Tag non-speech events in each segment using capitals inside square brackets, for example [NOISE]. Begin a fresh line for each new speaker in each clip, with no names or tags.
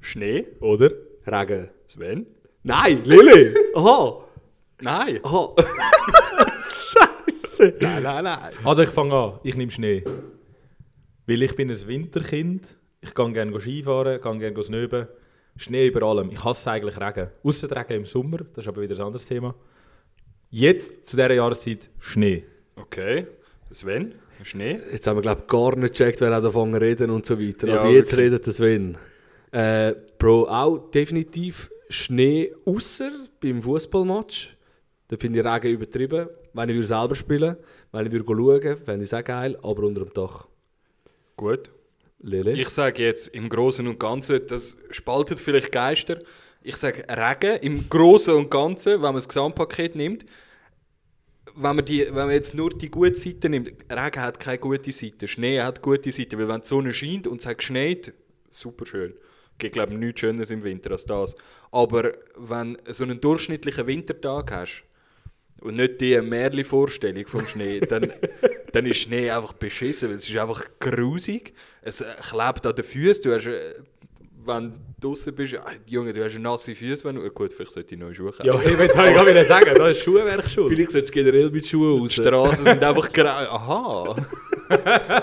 Schnee,
Oder? Regen.
Sven.
Nein, Lilly! [LAUGHS] Aha!
Nein.
Aha! Scheiße!
Nein, nein, nein.
Also ich fange an, ich nehme Schnee. Weil ich bin ein Winterkind, ich gehe gerne Skifahren, gehe gerne snöben. Schnee über allem. Ich hasse eigentlich Regen. Ausser Regen im Sommer, das ist aber wieder ein anderes Thema. Jetzt, zu dieser Jahreszeit, Schnee.
Okay. Sven, Schnee.
Jetzt haben wir, glaube ich, gar nicht gecheckt, wer auch davon reden und so weiter.
Ja,
also jetzt
wirklich.
redet der Sven. Äh, Bro, auch definitiv Schnee, außer beim Fußballmatch. Da finde ich Regen übertrieben. Wenn ich würde selber spielen wenn ich würde schauen fände ich es auch geil, aber unter dem Dach.
Gut.
Lele.
Ich sage jetzt im Großen und Ganzen, das spaltet vielleicht Geister. Ich sage Regen im Großen und Ganzen, wenn man das Gesamtpaket nimmt. Wenn man, die, wenn man jetzt nur die gute Seite nimmt, Regen hat keine gute Seite, Schnee hat gute Seite, weil wenn die Sonne scheint und es hat geschneit, super schön. Gibt glaube ich nichts Schöneres im Winter als das. Aber wenn so einen durchschnittlichen Wintertag hast und nicht die Märli-Vorstellung vom Schnee, dann, dann ist Schnee einfach beschissen, weil es ist einfach grusig, es äh, klebt an den Füßen, du hast, äh, wenn du draußen bist, ah, Junge, du hast nasse Füße, wenn du, äh, gut, vielleicht sollte ich neue Schuhe kaufen.
Ja, ich wollte ich gerade sagen, da ist Schuhwerk schuld.
Vielleicht solltest du generell mit Schuhen
Die Straßen sind einfach grau. Aha.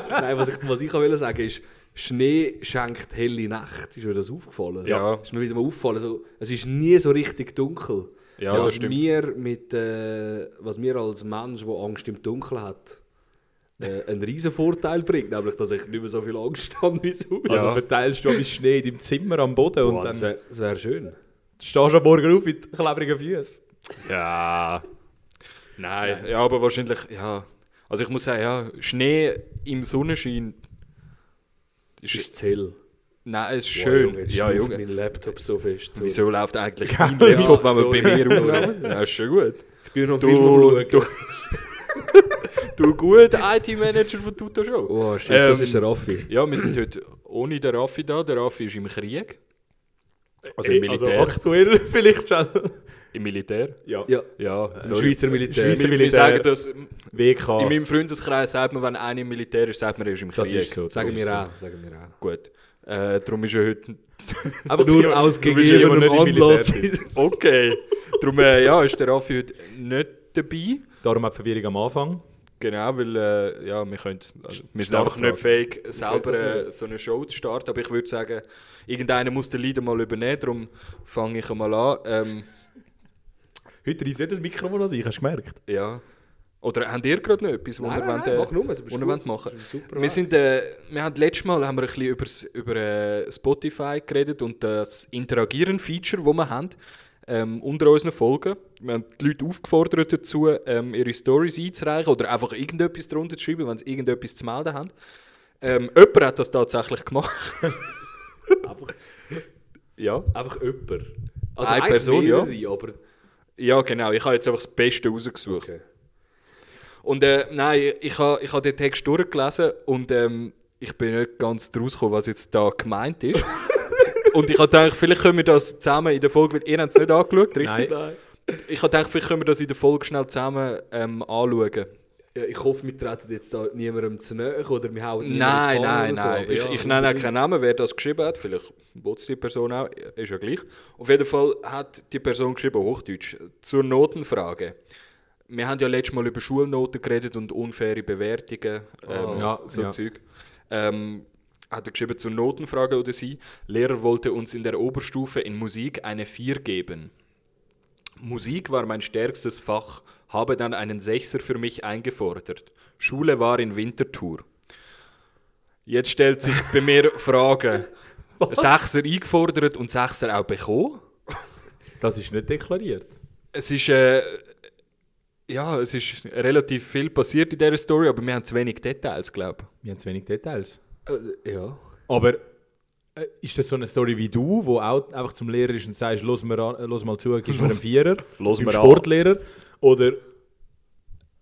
Nein, was ich, was ich auch wollte sagen ist, Schnee schenkt helle Nacht. Ist mir das aufgefallen?
Ja.
Ist mir wieder mal aufgefallen. So, es ist nie so richtig dunkel.
Ja,
was
das stimmt.
Wir mit, äh, was mir als Mensch, der Angst im Dunkeln hat, äh, einen riesen Vorteil bringt. Nämlich, dass ich nicht mehr so viel Angst [LAUGHS] habe wie sonst.
Also
Ja.
verteilst du bis Schnee in deinem Zimmer am Boden und
Boah, das
dann
wäre wär schön.
stehst du am Morgen auf mit klebrigen Füßen.
Ja. Nein, ja, aber wahrscheinlich, ja. Also ich muss sagen, ja, Schnee im Sonnenschein
Das
ist,
ist zu hell.
nein, es ist
Boah,
schön.
Junge, jetzt
ja,
schnauft
Junge.
mein Laptop so fest. So.
Wieso läuft eigentlich dein Laptop, wenn wir
sorry.
bei mir aufnehmen? Ja, ist schon gut.
Ich bin noch viel
Du,
am
du, du gut IT-Manager von Tuto Show.
Oh shit, das
Ähm,
ist der Raffi.
Ja, wir sind heute ohne den Raffi da. Der Raffi ist im Krieg. Also im
Ey,
Militär.
Also aktuell [LAUGHS] vielleicht schon.
Im Militär.
Ja.
Ja,
Ja,
im
sorry.
Schweizer Militär.
Wir, wir
Schweizer Äh, Militär. Ah.
sagen das, in
WK.
meinem Freundeskreis sagt man, wenn einer im Militär ist, sagt man, er ist im Krieg.
Das ist so.
Sagen
Das ist
wir auch. Sagen wir auch.
so. Gut. Äh, darum ist er heute...
Aber
die-
nur aus
du bist jemand,
gegebenem
der nicht im
Anlass.
Militär
Okay. darum äh, ja, ist der Raffi heute nicht dabei.
Darum hat die Verwirrung am Anfang.
Genau, weil äh, ja, wir, können, also, wir sind
Startfrage.
einfach nicht fähig, selber
das
äh,
nicht.
so eine Show zu starten. Aber ich würde sagen, irgendeiner muss den Leader mal übernehmen, darum fange ich einmal an. Ähm,
Heute reißt nicht das Mikrofon an sich, hast du gemerkt?
ja. Oder habt ihr gerade noch etwas, wo
Nein,
ihr
nein,
wollt,
nein,
äh,
mach nur, du bist
wo ihr
gut.
wollt machen
Das ist ein super
wir,
Weg.
sind, äh, wir haben letztes Mal haben wir ein bisschen übers, über äh, Spotify geredet und das Interagieren-Feature, das wir haben, ähm, unter unseren Folgen. Wir haben die Leute aufgefordert dazu, ähm, ihre Stories einzureichen oder einfach irgendetwas darunter zu schreiben, wenn sie irgendetwas zu melden haben. Ähm, jemand hat das tatsächlich gemacht.
Einfach-
ja.
Einfach jemand.
Eine
Also eigentlich
Person,
mehrere, aber
Ja, genau. Ich habe jetzt einfach das Beste rausgesucht.
okay.
Und äh, nein, ich habe ich ha den Text durchgelesen und ähm, ich bin nicht ganz draus gekommen, was jetzt da gemeint ist.
[LAUGHS]
und ich habe gedacht, vielleicht können wir das zusammen in der Folge, weil ihr habt es nicht angeschaut, richtig?
Nein.
Ich habe gedacht, vielleicht können wir das in der Folge schnell zusammen ähm, anschauen.
Ja, ich hoffe, wir treten jetzt da niemandem zu nahe oder wir hauen niemandem
Nein,
die
nein,
Pfanne oder
nein. ich,
aber
ich nenne auch
unbedingt.
keinen Namen, wer das geschrieben hat. Vielleicht will die Person auch, ist ja gleich. Auf jeden Fall hat die Person geschrieben, Hochdeutsch, zur Notenfrage. Wir haben ja letztes Mal über Schulnoten geredet und unfaire Bewertungen, ähm,
Oh. Ja,
so
ja.
Zeug. Ähm, hat er geschrieben, zur Notenfrage oder sie, Lehrer wollte uns in der Oberstufe in Musik eine 4 geben. Musik war mein stärkstes Fach, habe dann einen Sechser für mich eingefordert. Schule war in Winterthur. Jetzt stellt sich bei mir
[LAUGHS]
Frage. Ein Sechser eingefordert und Sechser auch bekommen?
Das ist nicht deklariert.
Es ist, äh, ja, es ist relativ viel passiert in dieser Story, aber wir haben zu wenig Details, glaube ich.
Wir haben zu wenig Details.
Äh, Ja.
Aber äh, ist das so eine Story wie du, wo auch einfach zum Lehrer ist und sagst, los, mir an, los mal zu, gibst mir einen Vierer,
los
beim
mir an.
Sportlehrer? Oder,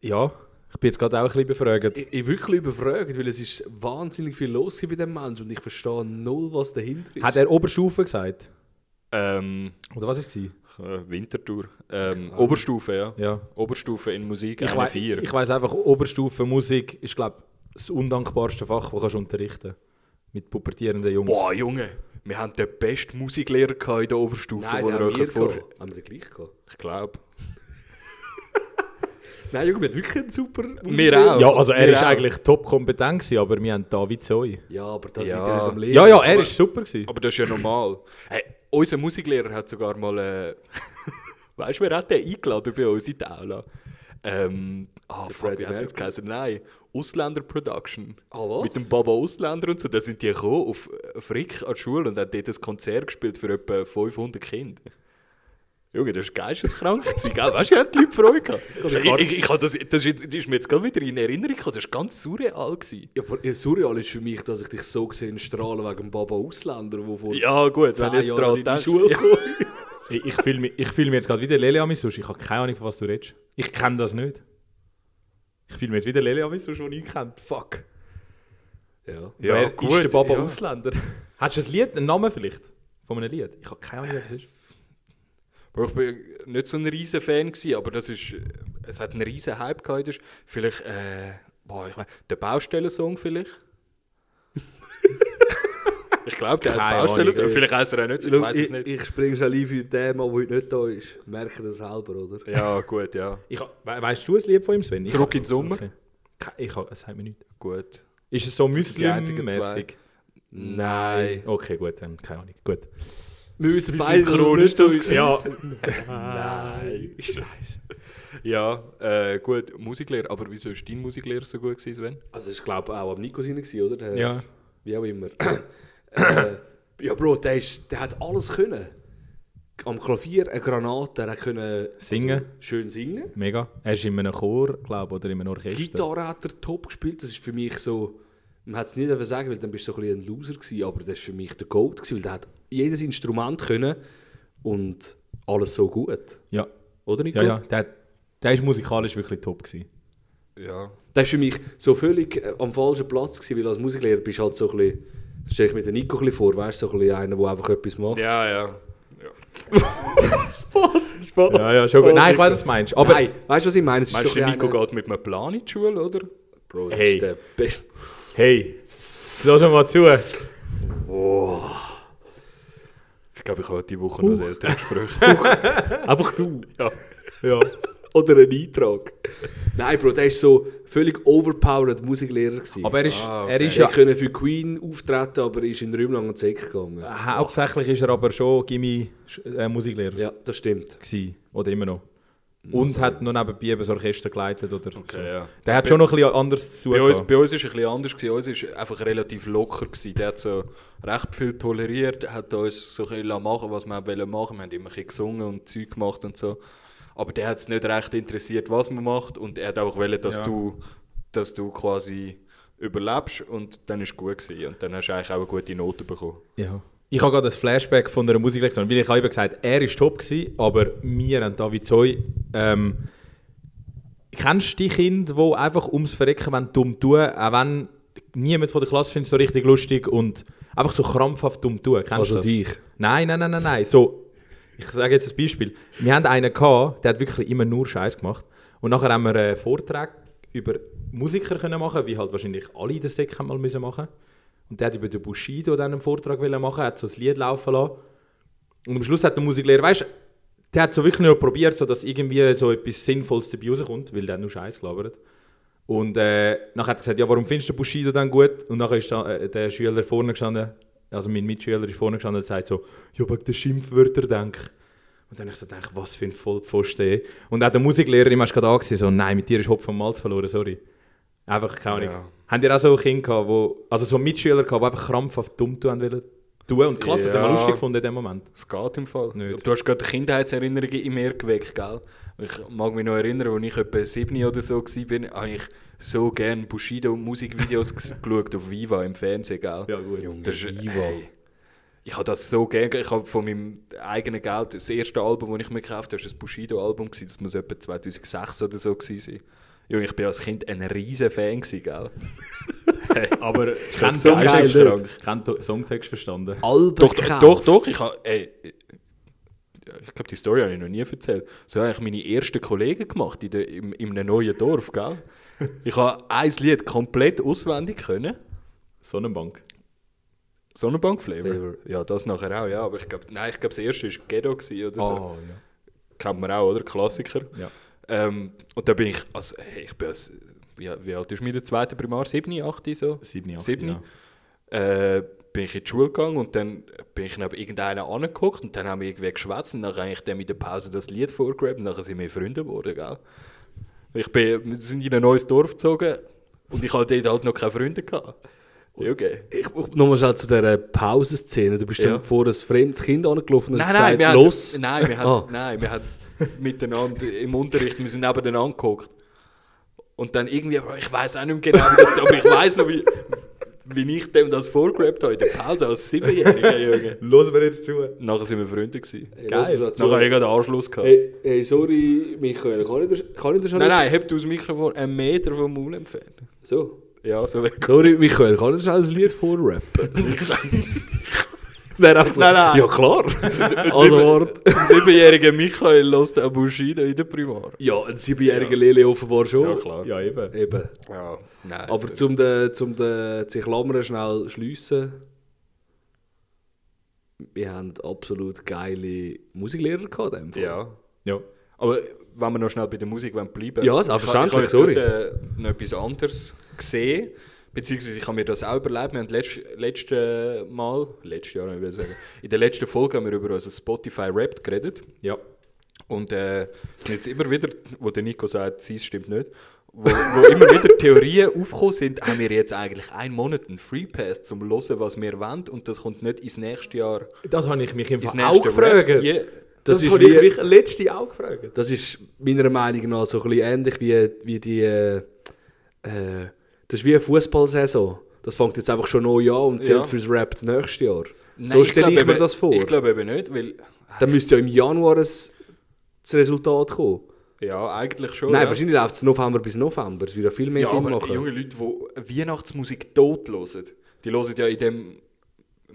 ja, ich bin jetzt gerade auch ein bisschen befragt.
Ich, ich bin wirklich überfragt, weil es ist wahnsinnig viel los gewesen bei dem Menschen und ich verstehe null, was dahinter ist.
Hat er Oberstufe gesagt?
Ähm,
Oder was war es?
äh, Winterthur. Ähm, Oberstufe, ja.
Ja.
Oberstufe in Musik,
Ich,
eine
wei-
4.
ich weiss einfach, Oberstufe Musik ist, glaube das undankbarste Fach, das kannst du unterrichten Mit pubertierenden Jungs.
Boah, Junge. Wir haben den besten Musiklehrer gehabt in der Oberstufe,
Nein,
wo
den
ihr
haben
euch
wir
vor...
gehabt. Haben wir den gleich gehabt?
Ich glaube.
Nein, Junge, wir hatten wirklich einen super
auch.
Ja, also er
Wir
war
auch.
eigentlich top kompetent, gewesen, aber wir haben da wie Zoi.
Ja, aber das
Ja.
liegt ja nicht am Lehrer.
Ja, ja, er war super. Gewesen.
Aber das ist ja normal. Hey, unser Musiklehrer hat sogar mal. [LAUGHS] Äh, weißt du, wer hat den eingeladen bei uns in die Aula? Ähm, ah,
Der
fuck,
Freddie
wie hat es
Mercury.
geheißen? Nein, Ausländer Production.
Ah, was?
Mit dem Baba Ausländer und so. Da sind die gekommen auf äh, Frick an die Schule und haben dort ein Konzert gespielt für etwa 500 Kinder. Junge, das war geisteskrank. gewesen, gell? Weißt du, haben die Leute Freude gehabt. Ich, ich, ich, hab das, das, ist, das ist mir jetzt gerade wieder in Erinnerung gekommen. Das war ganz surreal. Gewesen.
Ja, eh, aber ja, surreal ist für mich, dass ich dich so gesehen strahlen wegen dem Baba Ausländer, der vor
Ja, gut,
zehn
wenn ich jetzt dran
Jahren in Ah,
denke.
die Schule
Ja.
kam.
Ich, ich fühle mich, ich fühl mich jetzt gerade wieder Lele Amisus. Ich habe keine Ahnung, von was du redest. Ich kenne das nicht. Ich fühle mich jetzt wieder Lele Amisus, den ich kennt. Fuck.
[LAUGHS] Ja.
Ja,
Wer
gut,
ist der Baba
ja.
Ausländer? Hast du ein Lied, einen Namen vielleicht? Von einem Lied? Ich habe keine Ahnung, was es ist.
Bro, ich bin nicht so ein riesen Fan gewesen, aber das ist, es hat einen riesen Hype gehabt. Das ist Vielleicht, äh, boah, ich mein, der Baustellen-Song [LAUGHS] vielleicht? ich glaube, der heißt
Keine Ahnung.
Baustellen-Song. Vielleicht heißt er auch nicht, so, ich
Schau,
weiß es nicht.
ich springe schon ein für ein Thema, das heute nicht da ist. Merke das selber, oder?
Ja, gut, ja.
Ich hab, we weißt du ein Lied von ihm, Sven? Ich
Zurück
hab-
in den Sommer.
Okay. Ke- Ich hab, es sagt mir nichts.
Gut.
Ist es so
sind die einzigen zwei.
Muslim-mäßig?
Nein.
Okay, gut, dann keine Ahnung.
[LAUGHS]
Gut.
Wir wissen
beide, dass es nicht so ist.
Ja.
Nein. Ja, äh, gut, Musiklehrer. Aber wieso ist dein Musiklehrer so gut gewesen, Sven?
Also, ich glaube auch am Nico sein, gewesen, oder? Der-
Ja.
Eh, Wie auch immer. [CLEARS THROAT] äh, ja, Bro, der, ist, der hat alles können. Am Klavier eine Granate, er hat können
Singen.
Also, schön singen.
Mega. Er ist in einem Chor, glaube ich, oder in einem Orchester.
Gitarre hat er top gespielt. Das ist für mich so. Man hat es nie dürfen sagen, weil dann bist du so ein, bisschen ein Loser gewesen, aber das ist für mich der Gold gewesen, weil der hat jedes Instrument können und alles so gut,
Ja,
oder Nico?
ja, ja. Der, der ist musikalisch wirklich top gewesen.
Ja.
Das ist für mich so völlig äh, am falschen Platz gewesen, weil als Musiklehrer bist du halt so ein bisschen, das stelle ich mir den Nico ein bisschen vor, weißt du, so ein bisschen einer, der einfach etwas macht.
Ja, ja.
Spaß, Spaß.
Ja, ja, schon gut. Nein, ich weiß, was du meinst. Aber
Nein, weißt du, was ich meine? Es ist
Meinst
so
du,
ein
Nico
bisschen
geht mit einem Plan in die Schule, oder?
einer- Bro, das
Hey.
ist der beste. [LAUGHS]
hey, lass mir mal zu.
Ich glaube, ich habe diese Woche noch ein Elterngespräch.
Einfach du.
ja.
Ja.
Oder ein Eintrag. Nein, Bro, der war so völlig overpowered Musiklehrer. Gewesen.
Aber er ist,
Ah, okay.
er
er
ist ja.
können für Queen auftreten, aber ist in Räumlang und Zeck gegangen.
Hauptsächlich ist er aber schon Gimmi äh, Musiklehrer
Ja, das stimmt.
gewesen. Oder immer noch. Und hat noch nebenbei eben das Orchester geleitet oder so.
ja.
Der hat schon noch ein bisschen anders zu
Bei
tun
uns,
gehabt.
bei uns war es ein bisschen anders. Gewesen. Uns war einfach relativ locker. Gewesen. Der hat so recht viel toleriert, hat uns so ein bisschen machen, lassen, was wir wollen machen. Wir haben immer ein bisschen gesungen und Zeug gemacht und so. Aber der hat es nicht recht interessiert, was man macht. Und er hat auch wollen, dass,
Ja.
du, dass du quasi überlebst. Und dann war es gut. Gewesen. Und dann hast du eigentlich auch eine gute Note bekommen.
Ja. Ich habe gerade ein Flashback von einer Musiklektion, weil ich habe eben gesagt, er war top, gewesen, aber wir und David Zoy, ähm, kennst du die Kinder, die einfach ums Verrecken wollen, dumm tun, auch wenn niemand von der Klasse findet es so richtig lustig und einfach so krampfhaft dumm tun, kennst
Also
du das?
dich.
Nein, nein, nein, nein, nein, so, ich sage jetzt ein Beispiel. Wir haben einen gehabt, der hat wirklich immer nur Scheiß gemacht und nachher haben wir einen Vortrag über Musiker können machen, wie halt wahrscheinlich alle das Deck mal müssen machen und der hat über den Bushido dann einen Vortrag wollen machen, hat so ein Lied laufen lassen. Und am Schluss hat der Musiklehrer, weißt du, der hat so wirklich nur probiert, so dass irgendwie so etwas Sinnvolles dabei rauskommt, weil der hat nur Scheiß gelabert. Und äh, nachher hat er gesagt, ja, warum findest du Bushido dann gut? Und nachher ist da, äh, der Schüler vorne gestanden, also mein Mitschüler ist vorne gestanden und sagt so, ja, wegen den Schimpfwörtern denk. Und dann habe ich so gedacht, was für ein Vollpfosten. ey. Und auch der Musiklehrer, ihm hast du gerade angesehen, so, nein, mit dir ist Hopf vom Malz verloren, sorry. Einfach, keine Ahnung.
Ja.
Habt ihr auch so Kinder gehabt, wo, also so Mitschüler gehabt, die einfach krampfhaft dumm tun wollten? Du und die Klasse, das haben wir
Ja.
lustig gefunden in dem Moment.
Es geht im Fall.
Nicht.
Du hast gerade Kindheitserinnerungen in mir geweckt, gell? Ich mag mich noch erinnern, als ich etwa 7 oder so war, habe ich so gerne Bushido-Musikvideos [LAUGHS] ges- geschaut auf Viva im Fernsehen, gell?
Ja, gut.
Junge,
Das ist,
Ivo.
ey, ich habe das so gerne. Ich habe von meinem eigenen Geld, das erste Album, das ich mir gekauft habe, das war ein Bushido-Album. gewesen. Das muss etwa 2006 oder so gewesen sein. Junge, ich war als Kind ein riesen Fan, gewesen,
[LAUGHS]
gell?
Aber kein
ist so
Songtext,
geil nicht.
kein To- Songtext verstanden.
Albert
Doch,
Kauf.
doch, doch, ich habe, ey, ich glaube, die Story habe ich noch nie erzählt. So habe ich meine ersten Kollegen gemacht in, der, im, in einem neuen Dorf, gell? Ich habe ein Lied komplett auswendig können.
Sonnenbank.
Sonnenbank-Flavor?
Flavor.
Ja, das nachher auch, ja. Aber ich glaube, nein, ich glaube, das erste war Ghetto gewesen oder so.
Ah, ja.
Kennt man auch, oder? Klassiker.
Ja.
Ähm, und da bin ich, also hey, ich bin, als, wie, wie alt ist mir der zweite Primar? 7, 8 so?
Siebni, achtni,
Siebni.
ja.
Äh, bin ich in die Schule gegangen und dann bin ich neben irgendeinen angeguckt und dann haben wir irgendwie geschwätzt und dann habe ich dann in der Pause das Lied vorgegrabt und dann sind wir Freunde geworden, gell? Ich bin, wir sind in ein neues Dorf gezogen und ich hatte dort halt noch keine Freunde. Gehabt. Ja, Okay.
Ich, nochmal schnell zu dieser Pausenszene. Du bist
Ja.
dann vor ein fremdes Kind angelaufen und hast gesagt,
wir
los.
Haben, nein, wir haben,
Ah.
nein, wir haben miteinander im Unterricht, wir sind nebeneinander geguckt. Und dann irgendwie, aber ich weiß auch nicht mehr genau, wie das, aber ich weiß noch, wie, wie ich dem das vorgegrabt habe in der Pause als Siebenjähriger, Junge.
Hören wir jetzt zu.
Nachher sind wir Freunde gewesen.
Ey,
Geil.
lass mich
Nachher
dazu.
habe ich gerade einen Anschluss gehabt.
Hey, hey, sorry, Michael, kann ich das, kann ich das schon
nein, nein, hebt aus dem Mikrofon einen Meter vom Maul entfernt.
So.
Ja, so wäre
Sorry, Michael, kann ich das schnell ein Lied
[LAUGHS]
vorrappen? nein, also,
Nein, nein. [LAUGHS]
Ja, klar. also, warte.
Ein siebenjähriger Michael lässt den Bushido in der Primar.
Ja, ein siebenjähriger Lele offenbar schon.
Ja, klar.
Ja, eben.
Eben.
Ja, nein,
Aber
sorry.
zum de, zum de, sich Klammern schnell schliessen. Wir haben absolut geile Musiklehrer gehabt. in dem Fall.
Ja.
Ja.
Aber wenn wir noch schnell bei der Musik wollen bleiben
Ja, selbstverständlich,
Ich habe, ich
sorry.
habe dort, äh, noch etwas anderes gesehen, beziehungsweise ich habe mir das auch überlegt. Wir haben letzt, letzte Mal, letztes Jahr, ich will sagen, in der letzten Folge haben wir über unser Spotify Rap geredet.
Ja.
Und äh, sind jetzt immer wieder, wo der Nico sagt, sie stimmt nicht, wo, wo immer wieder Theorien aufgekommen sind, haben wir jetzt eigentlich einen Monat einen Free Pass, um zu hören, was wir wollen. Und das kommt nicht ins nächste Jahr.
Das habe ich mich im
Ins
Fall auch gefragt.
Rap- Ja.
Das, ist
habe ich
wie,
mich letzte auch gefragt.
das ist meiner Meinung nach so ein bisschen ähnlich wie, wie die. Äh, äh, das ist wie eine Fußballsaison. Das fängt jetzt einfach schon neu an und zählt
Ja.
fürs Rap nächstes Jahr.
Nein,
so stelle ich,
glaube
mir
eben-
das vor.
Ich glaube eben nicht, weil
Dann müsste ja im Januar ein, das Resultat kommen.
Ja, eigentlich schon.
Nein,
ja.
wahrscheinlich läuft es November bis November. Es würde ja viel mehr
Ja,
Sinn
aber
machen.
junge Leute, die Weihnachtsmusik tot hören, die hören ja in dem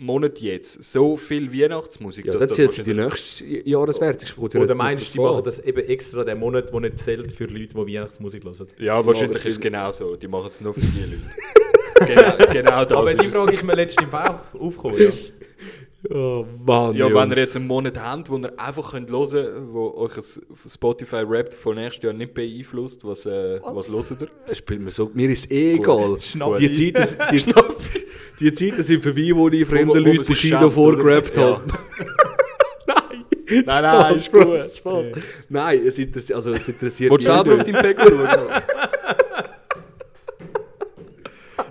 Monat jetzt so viel Weihnachtsmusik.
Ja,
dass
dann
das
zählt sie die
wahrscheinlich- Oh.
nächste Jahreswerte. Ich spreche
Oder
nicht
meinst du, die
davon.
machen das eben extra den Monat, der nicht zählt für Leute, die Weihnachtsmusik hören?
Ja,
Die
wahrscheinlich
machen
ist es genau so. Die machen es nur für die Leute. [LAUGHS] genau, genau das
Aber die
ist
Frage ist mir letztens im Fall auch aufgekommen. [LAUGHS] Ja.
Oh Mann,
es. Ja, wenn
Jungs.
ihr jetzt einen Monat habt, wo ihr einfach könnt hören könnt, wo euch ein Spotify Rap von nächstes Jahr nicht beeinflusst, was, äh, was hört ihr?
Es spielt mir so... Mir ist eh egal.
Schnapp
Die
ein.
Zeiten, die, die Zeiten sind vorbei, wo die
Wo
fremden
man- wo
Leute
man sich
Bushido
schämt,
vorgerappt
oder? [LAUGHS]
haben. nein!
Nein, nein, ist
Spaß,
gut.
Spaß, Spaß. Nein, es interessiert, also, es interessiert
Willst du
mich
selber auf
nicht.
deinen Pegel
[LAUGHS]
schauen?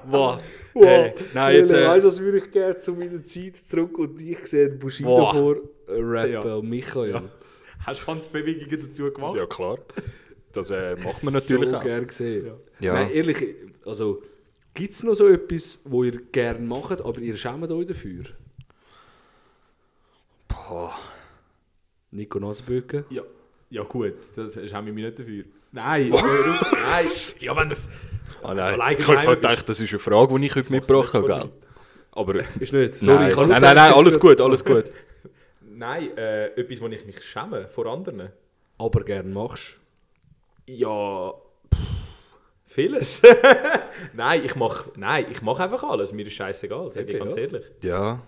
wow. Hey, nein, jetzt...
Lele,
Äh,
weißt du, was würde ich gerne zu meiner Zeit zurück und ich sehe Bushido
Boah.
vor äh, rappen
Ja.
und Michael.
Ja. Hast du Handbewegungen dazu gemacht?
Ja, klar. Das äh, [LAUGHS] macht man natürlich
so
auch.
gerne gesehen.
Ja.
Nein, ehrlich, also gibt es noch so etwas, wo ihr gerne macht, aber ihr schämt euch dafür?
Boah.
Nico Nasenböcke?
Ja, ja gut, das schäme ich mich nicht dafür. Nein, warum? nein. [LAUGHS] Ja, wenn das...
Ah, nein.
Allein
Ich habe
gemein
gedacht, das ist eine Frage, die ich heute mitgebracht habe.
Macht's
Gell? Aber [LAUGHS]
Ist nicht. Sorry,
nein,
ich habe
nein, nein,
gedacht,
nein,
ist
alles
nicht.
gut, [LAUGHS] alles gut.
Nein, äh, etwas, wo ich mich schäme vor anderen.
Aber gerne machst.
Ja, vieles. [LAUGHS] nein, ich mache nein, ich mach einfach alles. Mir ist scheißegal, sage
Eben,
ich ganz
ja.
ehrlich.
Ja,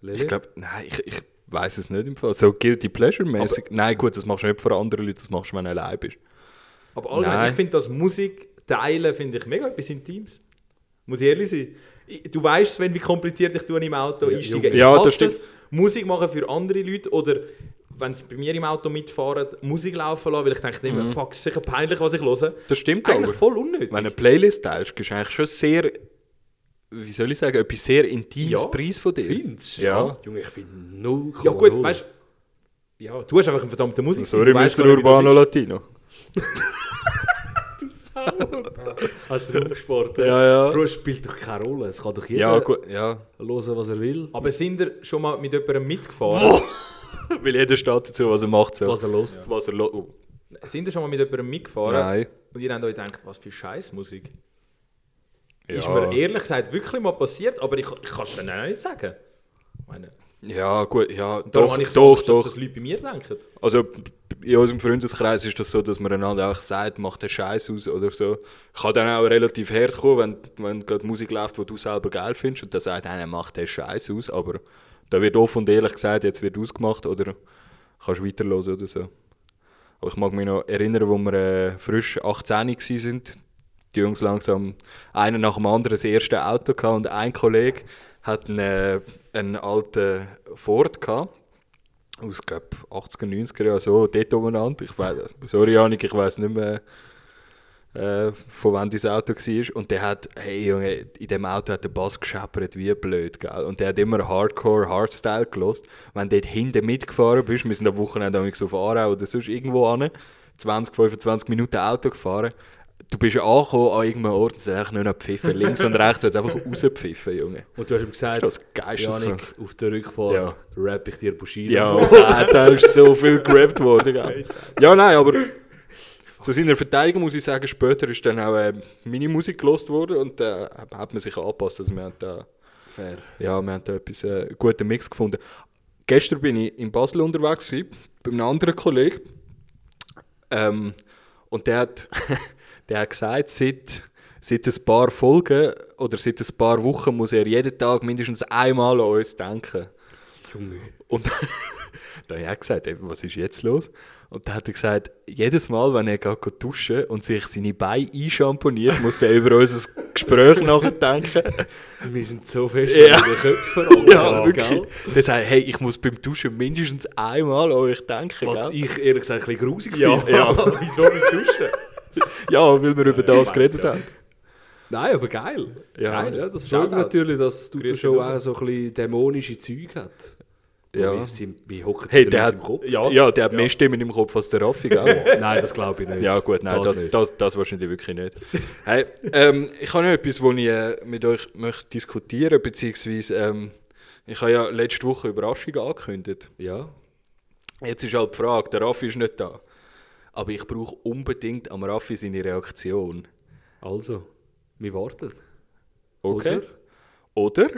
Lele?
ich glaube, nein, ich, ich weiß es nicht im Fall. So guilty pleasure-mäßig. Nein, gut, das machst du nicht vor anderen Leuten, das machst du, wenn du allein bist.
Aber allgemein,
Nein.
ich finde das Musik teilen finde ich mega etwas Intimes. Muss ich ehrlich sein. Ich, du weißt, Sven, wie kompliziert ich tue im Auto
Ja,
einsteigen.
Junge.
Ich
Ja,
hasse
das stimmt.
es, Musik machen für andere Leute oder wenn sie bei mir im Auto mitfahren, Musik laufen lassen, weil ich denke immer, fuck, ist sicher peinlich, was ich höre.
Das stimmt
Eigentlich
Mhm. aber.
voll unnötig.
Wenn du eine Playlist teilst, ist eigentlich schon sehr, wie soll ich sagen, etwas sehr intimes
Ja.
Preis von dir.
Findest du?
Ja.
Ah, Junge, ich finde null
ja gut, weißt du, ja, du hast einfach einen verdammten Musik.
Sorry, Mr. Urbano Latino.
[LAUGHS] Hast du Sport?
Ja, ja.
Bro, es spielt doch keine Rolle. Es kann doch jeder
Ja, gut, ja.
hören, was er will,
Aber sind ihr schon mal mit jemandem mitgefahren?
[LAUGHS] Weil jeder steht dazu, was er macht. So.
was er hört.
was er lo- oh.
sind ihr schon mal mit jemandem mitgefahren?
Nein.
Und ihr habt euch gedacht, was für Scheißmusik.
Ja.
Ist mir ehrlich gesagt wirklich mal passiert, aber ich, ich kann es dann auch nicht sagen. Ich Meine,
Ja, gut, ja,
darum
doch,
habe ich so
doch,
Angst, dass
doch.
das Leute bei mir denken.
Also b- b- in unserem Freundeskreis ist das so, dass man einander auch sagt, mach den Scheiß aus oder so. Kann dann auch relativ hart kommen, wenn, wenn gerade Musik läuft, die du selber geil findest und dann sagt einer, mach den Scheiß aus, aber da wird offen und ehrlich gesagt, jetzt wird ausgemacht oder kannst weiterhören oder so. Aber ich mag mich noch erinnern, wo wir äh, frisch 18 waren, die Jungs langsam einer nach dem anderen das erste Auto gehabt und ein Kollege hat einen, äh, einen alten Ford gehabt aus Oh, glaub, 80er, 90er Jahren, so dort umeinander. Ich weiß, sorry, Janik, ich weiß nicht mehr, äh, von wann dein Auto war. Und der hat, hey Junge, in dem Auto hat der Bass gescheppert, wie blöd, gell? Und der hat immer Hardcore, Hardstyle gelost. Wenn du dort hinten mitgefahren bist, wir sind am Wochenende manchmal auf Aarau oder sonst irgendwo an, 20, 25 Minuten Auto gefahren. Du bist angekommen an irgendeinem Ort und es hat nur noch gepfiffen. Links und rechts hat es einfach rausgepfiffen, Junge.
Und du hast ihm gesagt,
Das ist geisteskrank.
Janik, auf der Rückfahrt
Ja.
rap ich dir Bushido
Ja,
vor.
[LAUGHS] und da- da ist so viel gerappt worden. Gell? Ja, nein, aber zu seiner Verteidigung muss ich sagen, später ist dann auch äh, meine Musik gelost worden und da hat man sich angepasst. Also wir haben da,
Fair.
ja, wir haben da etwas, äh, einen guten Mix gefunden. Gestern bin ich in Basel unterwegs, gewesen, bei einem anderen Kollegen. Ähm, und der hat, [LAUGHS] der hat gesagt, seit, seit ein paar Folgen oder seit ein paar Wochen muss er jeden Tag mindestens einmal an uns denken.
Junge.
Und [LAUGHS] da habe ich auch gesagt, ey, was ist jetzt los? Und da hat er gesagt, jedes Mal, wenn er geht geht duschen und sich seine Beine einschamponiert, muss er über unser Gespräch nachdenken.
Wir sind so fest
Ja.
in den
[LAUGHS]
Köpfen.
ja,
Alter,
wirklich.
gell?
Der sagt, hey, ich muss beim Duschen mindestens einmal an euch denken.
Was
gell?
ich ehrlich gesagt ein bisschen
[LAUGHS]
grusig
Ja,
finde.
ja.
Wieso mit Duschen?
ja, weil wir über das
weiss,
geredet
ja.
haben.
Nein, aber geil.
Ja.
geil, ja das
Shoutout.
schaut natürlich, dass du
Grüß
schon
dich
auch so ein bisschen dämonische Zeug hat.
Ja.
Wir, sind, wir hocken
Hey,
den
der hat,
Leuten im
[LAUGHS]
Kopf.
ja,
Ja.
der hat mehr
Ja.
Stimmen im Kopf als der Raffi, gell?
Nein, das glaube ich nicht.
Ja, gut, nein, das, das,
nicht.
das, wahrscheinlich wirklich nicht. [LAUGHS] Hey, ähm, ich habe noch etwas, das ich äh, mit euch möchte diskutieren beziehungsweise ähm, ich habe ja letzte Woche Überraschungen angekündigt.
Ja.
Jetzt ist halt die Frage, der Raffi ist nicht da. Aber ich brauche unbedingt am Raffi seine Reaktion.
Also, wir warten.
Okay? Oder?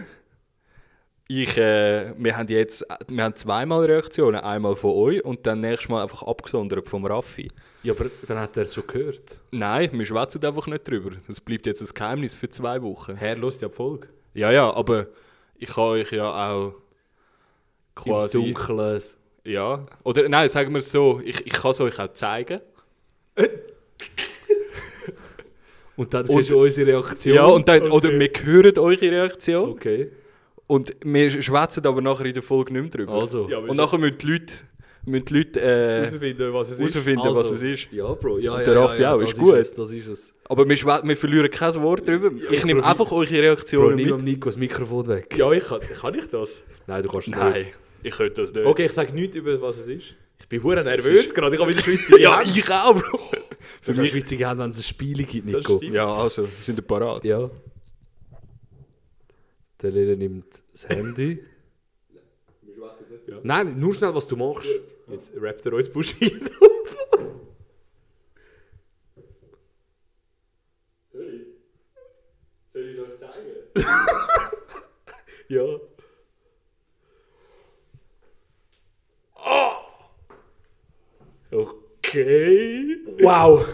Ich, äh, wir haben jetzt wir haben zweimal Reaktionen. Einmal von euch und dann nächstes Mal einfach abgesondert vom Raffi.
Ja, aber dann hat er es schon gehört.
Nein, wir schwätzen einfach nicht drüber. Das bleibt jetzt ein Geheimnis für zwei Wochen.
Herr, lust ja die Folge.
Ja, ja, aber ich kann euch ja auch
Quasi. Im
quasi.
Dunkeln.
Ja. Oder nein, sagen wir es so, ich, ich kann es euch auch zeigen.
Und dann
Und-
siehst du unsere Reaktion.
Ja, und dann,
okay.
oder wir hören eure Reaktion
Okay.
und wir schwätzen aber nachher in der Folge nicht mehr drüber.
Also.
Ja,
und nachher müssen die Leute, müssen die Leute äh,
herausfinden, was es ist.
herausfinden, was
Also.
es ist.
Ja, Bro. Ja,
Und
ja,
der
ja,
Raffi
ja,
auch,
das
ist gut.
Es, das ist es.
Aber wir, schwä- wir verlieren kein Wort drüber. Ich nehme
Bro,
einfach eure
Bro,
Reaktionen
nimm
mit.
am Nico das Mikrofon weg.
Ja, ich kann, kann ich das?
Nein, du kannst es
Nein,
nicht.
ich könnte das nicht.
Okay, ich sage nichts über was es ist. Ich bin hure
Es
nervös
ist-
gerade, ich habe wieder Schweizer [LAUGHS]
Ja,
Gäste.
ich auch, Bro.
Für mich witzig haben, wenn es ein Spiel gibt,
Das
Nico.
stimmt.
Ja, also, sind wir parat.
Ja. Der Lehrer nimmt das [LAUGHS] Handy.
Ja.
Nein, nur schnell, was du machst.
Jetzt rappt er uns
[LAUGHS]
Bushido.
Soll ich es euch zeigen?
Ja.
Ah! Okay.
Wow!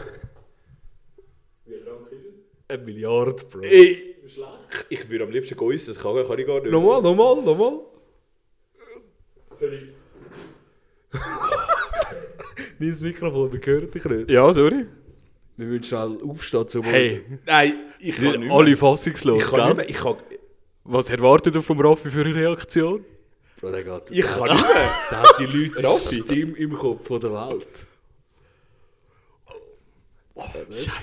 Eine Milliarde, Bro.
Ey! Ich würde am liebsten geissen, das kann, kann ich gar nicht.
Nochmal, nochmal, nochmal.
Sorry.
Nimm das Mikrofon, dann hört dich nicht.
Ja, sorry.
Wir müssen schnell aufstehen zum
Hey,
Nein, ich
sind
kann nicht.
alle
Mehr.
fassungslos.
Ich kann nicht
gell?
mehr. Ich kann,
Was erwartet ihr vom Raffi für eine Reaktion?
Bro, der geht.
ich kann nicht mehr.
Der hat die Leute
Raffi.
Stimme im Kopf von der Welt.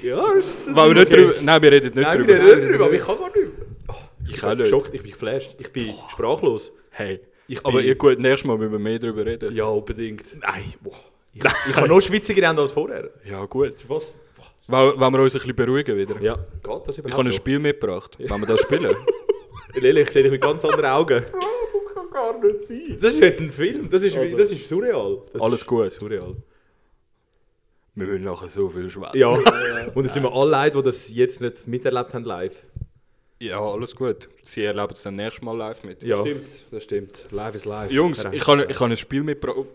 Ja, es ist.
Weil wir nicht drüber, nein, wir reden nicht
Nein, ich
drüber.
bin nicht drüber, aber ich kann gar nicht mehr.
ich
Ich
auch
bin
nicht.
geschockt, ich bin geflasht. Ich bin sprachlos.
Hey,
Ich
aber
bin-
ihr gut, nächstes Mal müssen wir mehr drüber reden.
Ja, unbedingt.
Nein, boah. Ich, ich kann noch schwitziger haben als vorher.
Ja, gut.
Was?
Wollen wollen wir uns ein bisschen beruhigen wieder?
Ja.
Geht das überhaupt?
Ich habe ein
noch?
Spiel mitgebracht. Wollen wir das spielen?
Lele, ich sehe dich mit ganz anderen Augen.
Das kann gar nicht sein.
Das ist jetzt ein Film, das ist,
Also.
das ist surreal. Das
Alles gut.
ist surreal.
Wir wollen nachher so viel schwätzen.
Ja, und es sind mir alle leid, die das jetzt nicht miterlebt haben live.
ja, alles gut. Sie erleben es dann nächstes Mal live mit.
Ja.
Stimmt, das stimmt. Live is live.
Jungs, ich habe, ich habe ein Spiel mitgebracht. Oh.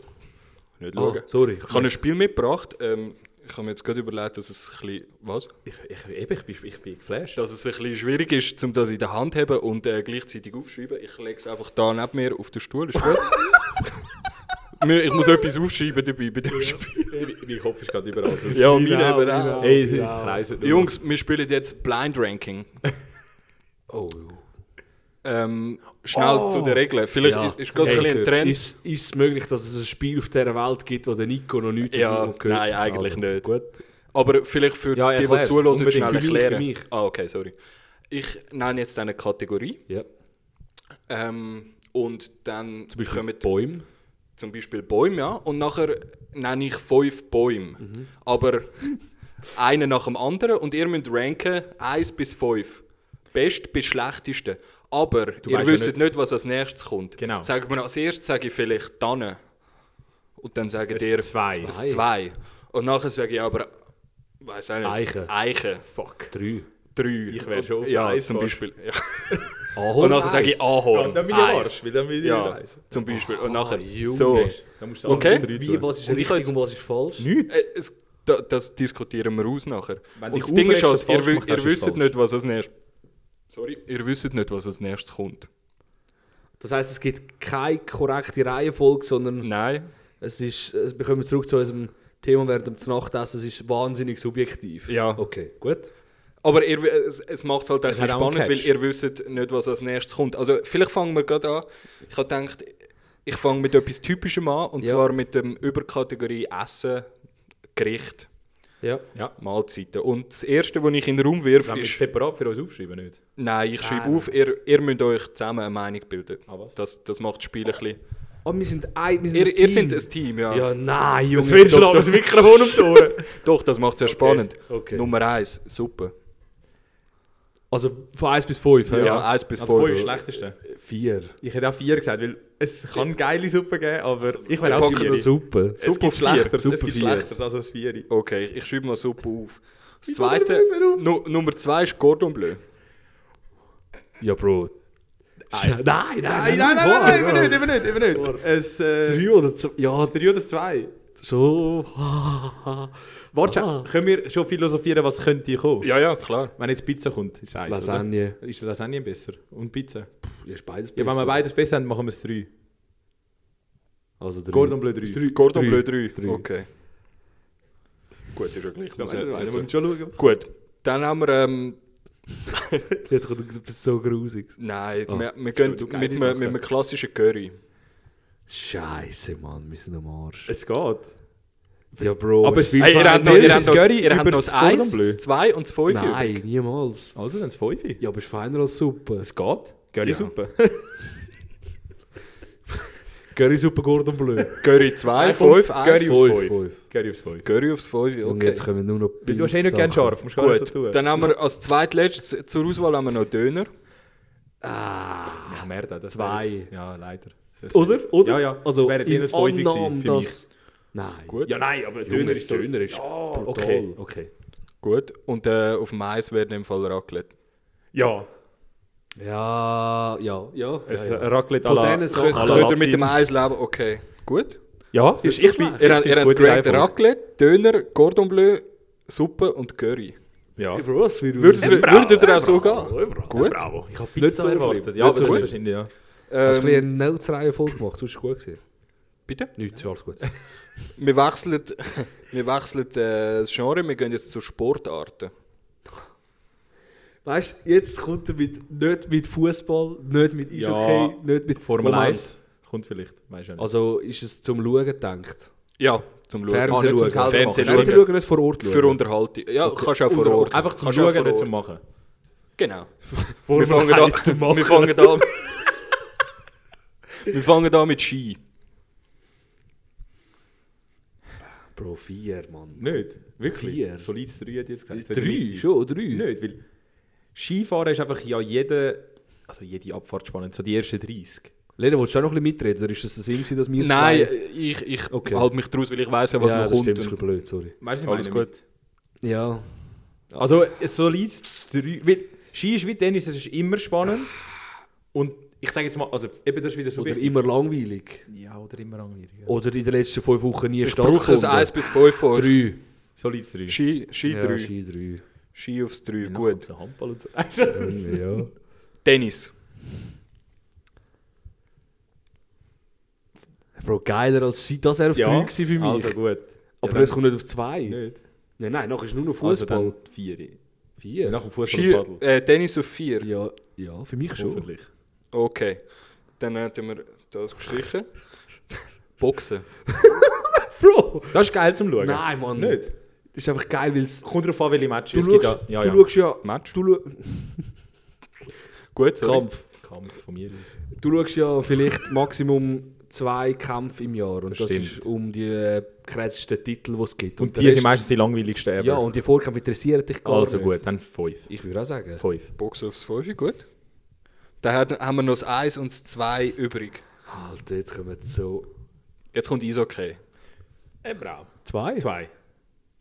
Nicht
Ah,
schauen.
sorry.
Ich habe ein Spiel mitgebracht. Ähm, ich habe mir jetzt gerade überlegt, dass es ein bisschen, was?
Ich, ich, eben, ich, bin, ich bin geflasht.
Dass es ein bisschen schwierig ist, um das in der Hand zu haben und äh, gleichzeitig aufschreiben. Ich lege es einfach da neben mir auf den Stuhl. Ist
[LAUGHS]
gut. Mir- ich muss etwas aufschreiben dabei bei dem Spiel.
mein Kopf ist gerade überall.
Ja,
meine
meine
eben
eben
auch.
auch.
Ey, es, es
Ja.
kreiselt nur.
Jungs, wir spielen jetzt Blind Ranking.
Oh,
Ähm, schnell
Oh.
zu den Regeln. Vielleicht
Ja.
ist, ist gerade ein bisschen ein Trend.
Ist, ist es möglich, dass es ein Spiel auf dieser Welt gibt, wo der Nico noch nichts
Ja,
davon gehört?
nein, eigentlich nicht.
Gut.
Aber vielleicht für
Ja,
die, die
erklär's.
zuhören,
Unbedingt.
schnell
Für dich, für
erklären.
mich.
Ah, okay, sorry. Ich nenne jetzt eine Kategorie
Ja.
ähm, und dann zum
Beispiel
kommen
Bäume.
zum Beispiel Bäume, ja, und nachher nenne ich fünf Bäume.
Mhm.
Aber einen nach dem anderen und ihr müsst ranken 1 bis 5. Best bis schlechteste. Aber ihr
weißt ja
wisst
nicht-
nicht. was als nächstes kommt.
Genau.
Sagt man als erstes, sage ich vielleicht Tanne. Und dann sagen
Ein
ihr
Zwei.
ein zwei. Und nachher sage ich aber, weiß auch nicht,
Eiche.
Eiche.
Fuck.
Drei.
Drei.
Ich wär schon auf
Ja,
eins
zum
fast.
Beispiel. Ja.
Ahorn
Und nachher sage ich Ahorn.
Ja, dann bin ich
Eins.
Arsch, weil dann bin ich
Ja,
Eis.
zum Beispiel.
Oh,
Und nachher,
Junge.
so.
Dann musst du
Okay.
alle drei
Wie,
tun.
was ist
Und ich
richtig
jetzt-
und was ist falsch?
Nichts.
Äh, es, da, das diskutieren wir aus nachher.
Wenn
und
dich
das Ding ist,
aufregst,
halt,
dass du
ihr,
falsch
wü-
gemacht hast,
ihr
ist
wisst
falsch.
nicht, was als nächstes... Sorry, ihr wisst nicht, was als nächstes kommt.
Das heisst, es gibt keine korrekte Reihenfolge, sondern
Nein.
es ist, es- wir kommen zurück zu unserem Thema während dem Nachtessen, es ist wahnsinnig subjektiv.
Ja.
Okay, gut.
Aber ihr, w- es, es macht es halt auch ein
Es
bisschen
hat auch einen
spannend, weil
Catch.
ihr wisst nicht, was als nächstes kommt. Also vielleicht fangen wir gerade an. Ich habe gedacht, ich fange mit etwas Typischem an, und
Ja.
zwar mit der Überkategorie Essen, Gericht,
Ja.
Mahlzeiten. Und das Erste, was ich in den Raum wirf,
Wenn wir es
ist...
separat für uns aufschreiben, nicht?
Nein, ich schreibe
Ah.
auf, ihr, ihr müsst euch zusammen eine Meinung bilden.
Ah, was?
Das, das macht das Spiel ein bisschen...
Oh, wir sind ein, wir sind ein
Ihr, ihr
Team.
seid ein Team, ja.
Ja, nein, Junge.
Doch,
schlagen
doch.
das Mikrofon um die Ohren.
[LAUGHS] Doch, das macht es sehr spannend.
okay.
Nummer eins Suppe.
Also von 1 bis 5,
Ja, eins bis
Also fünf
fünf.
ist das schlechteste.
4.
Ich hätte auch vier gesagt, weil es kann geile Suppe geben, aber
Wir
ich wäre auch
packen
vier.
noch
Super.
Es gibt
Suppe auf
Schlechteres,
vier.
es gibt
Suppe vier.
Schlechteres als ein Vieri.
Okay, ich schreibe mal Suppe auf. Das
Wieso schreiben
zweite,
wir das
Nu Nummer zwei ist Cordon Bleu.
Ja, Bro. Nein, nein,
Nein, nein, nein, nein, nein, eben nicht, eben nicht, eben nicht. Es, äh,
3 oder 2. Ja,
drei oder zwei.
so.
[LAUGHS]
Ah.
Warte, schon, können wir schon philosophieren, was könnte kommen?
Ja, ja, klar.
Wenn jetzt Pizza kommt, ist eins,
Lasagne.
Oder? Ist Lasagne besser? Und Pizza?
Ja, ist beides
Ja, wenn wir beides besser haben, machen wir es drei.
Also drei.
Gordon Bleu drei.
Cordon
Drei.
Bleu 3.
Drei.
Okay. Gut, ist ja gleich.
Ja,
Muss ja-
wir
nicht so-
müssen schon schauen. was-
Gut, dann haben wir. Ähm,
[LAUGHS] Jetzt kommt etwas so Grusiges.
nein,
Ah.
wir, wir
So,
gehen
du geile
mit, einem-
Sache.
mit einem klassischen Curry.
Scheiße, Mann, wir sind am Arsch.
Es geht.
Ja, Bro.
Äh, Aber
es
es-
will
Ey,
ihr
fast
habt noch,
nicht.
ihr
das
habt noch,
Curry
ihr habt
über
noch
das
das 1,
Cordon Bleu.
das 2 und das 5
Nein, niemals.
Also, dann das Fünfe.
Ja, aber es ist feiner als Suppe.
Es geht. Geile
Ja.
Suppe.
[LAUGHS] Curry-Suppe Gordon Bleu.
Curry 2, 5, 1.
Curry
Fünf,
aufs
fünf.
Fünf. Curry aufs Fünf.
Curry aufs 5,
Und
okay.
jetzt kommen nur noch
Weil du hast eh nicht gerne
Pilzsachen.
scharf, musst gar nicht dazu.
Gut, dann haben wir als zweitletztes zur Auswahl haben wir noch Döner.
Ah.
Ja, Merda, das
Zwei.
wär's. Ja, leider. Das
Oder? Oder?
Ja, ja.
Also,
Das wäre jetzt
in
eher ein Fünfe gewesen,
Annahme,
für mich.
dass- Nein.
Gut.
Ja, nein, aber
Junge,
Döner ist so...
Döner ist
ja,
brutal.
okay, okay.
Gut, und äh, auf dem Eis werden im Fall Raclette.
Ja,
Ja, ja, ja.
es äh,
ja, ja.
Raclette à
Von
la-
diesen
à la
Sachen-
Könnt könnt ihr mit dem
Latin.
Eis leben? Okay, gut.
Ja, ist, ich bin...
Ihr habt,
ich
ihr habt
find's gute
Great
Reihenfolge.
Raclette, Döner, Cordon Bleu, Suppe und Curry.
Ja.
Ja, Bro, das wird
Würdet ihr,
Bravo,
würdet ihr auch so
bravo,
gehen?
bravo,
Gut.
Bravo. Ich habe
Nicht
Pizza Ehm,
so
erwartet.
schlimm.
Ja,
Nicht
aber
so
das ist
schlimm.
wahrscheinlich, ja.
Hast du ein
Ähm,
bisschen eine Nelzreihe voll gemacht? Sonst gut gewesen.
bitte?
Nichts, alles gut.
Wir wechseln, [LAUGHS] wir wechseln äh, das Genre, wir gehen jetzt zu Sportarten.
weißt du, jetzt kommt er mit, nicht mit Fußball, nicht mit
Ja,
Eishockey, nicht mit
Formel
Moment.
1 kommt vielleicht, weißt du ja nicht.
Also ist es zum Schauen gedacht?
Ja, zum Schauen.
Fernsehen
Ah, nicht zum
schauen.
selber
Fernsehen
machen.
Fernsehen schauen, nicht vor Ort schauen.
Für Unterhaltung. Ja, kannst auch vor
unter-
Ort.
Einfach zum
Kannst auch
Schauen,
vor
nicht
Ort.
zum Machen.
Genau.
Formel
Wir fangen,
[LAUGHS]
an,
eins zu machen.
wir fangen an. wir fangen an mit Ski.
Bro, vier, Mann.
Nicht? Wirklich?
Vier.
Solides 3 hat jetzt gesagt.
Drei,
Definitiv.
schon, drei.
Nicht, weil Skifahren ist einfach ja jede, also jede Abfahrt spannend, so die ersten 30.
Lena, willst du auch noch ein bisschen mitreden? Oder ist das der Sinn, gewesen, dass wir
Nein,
zwei...
ich, ich
Okay.
halte mich draus, weil ich weiß ja, was
ja,
noch
das
kommt.
stimmt, das ist ein
und-
bisschen blöd, sorry.
Weißt du,
Alles
gut.
Ja.
Also ein solides 3, weil Ski ist wie Tennis, es ist immer spannend und ich sage jetzt mal, also eben das ist wieder so
Oder immer langweilig.
Ja, oder immer langweilig. Ja.
Oder in den letzten fünf Wochen nie
Ich brauche ein
stattgefunden.
1 bis 5 vor.
Drei.
Solides 3.
Ski, Ski
Ja,
3.
Ski
[LAUGHS]
drei.
Ski aufs 3. Gut.
Handball
[LAUGHS]
und so.
ja.
Tennis.
Bro, geiler als Ski. Das wäre auf drei gewesen für mich.
Also gut.
Aber
ja,
es kommt nicht auf zwei.
nicht.
Nein, nein, nachher ist nur noch
Also
Fußball.
dann die vier.
Vier.
Nach dem Fußball
Ski,
und Paddel.
äh, Tennis auf 4.
Ja, ja, für mich schon.
Hoffentlich.
Okay. Dann hätten wir das gestrichen. Boxen.
Bro!
Das ist geil zum Schauen.
Nein, Mann.
Nicht.
Das ist einfach geil, weil es.
Kommt drauf an, welche Matches
Du,
es gibt.
schaust-
ja, ja.
du schaust ja.
Match.
Du, schau-
Gut, sorry.
Kampf.
Kampf von mir aus.
du schaust ja vielleicht [LAUGHS] Maximum zwei Kämpfe im Jahr. Und
Das
das,
stimmt.
ist um die äh, krassesten Titel, die es gibt.
Und,
der
die sind
Rest-
meistens die langweiligsten ever.
Ja, und die Vorkämpfe interessieren dich gar
also
nicht.
gut, dann fünf.
Ich würde auch sagen.
Fünf.
Boxen aufs 5, gut. Dann hat- haben wir noch das 1 und das 2 übrig.
Alter, jetzt kommen so.
Jetzt kommt Eishockey.
Eben auch.
Zwei?
Äh, Zwei.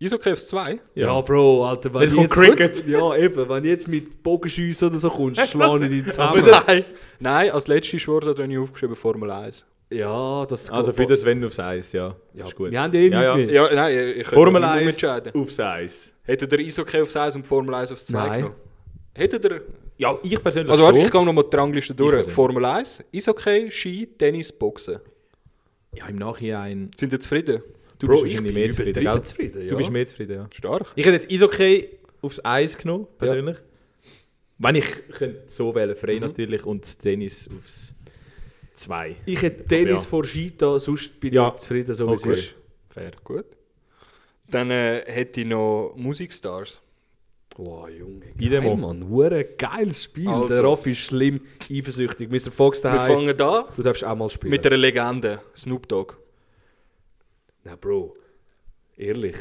Eishockey aufs 2?
Ja,
Ja.
Bro, Alter, wenn
Jetzt
du
kommt Cricket.
[LAUGHS] Ja, eben, wenn du jetzt mit Bogenschiessen oder so kommst, schlage ich dich
[LAUGHS]
zusammen.
Nein. Nein, als letztes Wort habe ich aufgeschrieben Formel 1.
Ja, das
Also für das Wenn aufs Eis, ja.
Ja,
Ist gut.
Wir haben ja eh
Ja, ja.
nichts mehr.
Ja, nein, ich- ich
Formel
mich nicht
1
umentscheiden.
aufs Eis.
Hätte der Eishockey aufs 1 und die Formel 1 aufs 2
Nein.
genommen? Hätte der.
Ja, ich persönlich
Also warte,
schon.
ich gehe nochmal die Rangliste
Ich weiß
durch.
nicht.
Formel 1, Eishockey, Ski, Tennis, Boxen.
Ja, im Nachhinein.
Sind ihr zufrieden?
Du
Bro,
bist
ich
wahrscheinlich
bin
mehr zufrieden,
übertrieben
gell?
zufrieden, ja.
Du bist mehr zufrieden, ja.
Stark.
Ich hätte jetzt Eishockey aufs Eis genommen, persönlich. Wenn ich könnte so wählen, frei natürlich, und das Tennis aufs zwei.
Ich hätte Tennis
Ja.
vor Skita, sonst bin
Ja. Oh,
ich zufrieden, so wie es
Okay.
ist.
Fair.
Gut. Dann äh, hätte ich noch Musikstars.
Wow, Junge.
In
Geil,
dem Moment.
Mann. Hure geiles Spiel.
Also.
Der Raffi ist schlimm eifersüchtig. Mr. Fox
Wir
daheim.
fangen an
Du darfst auch mal spielen.
mit einer Legende, Snoop Dogg.
Na, Bro. Ehrlich.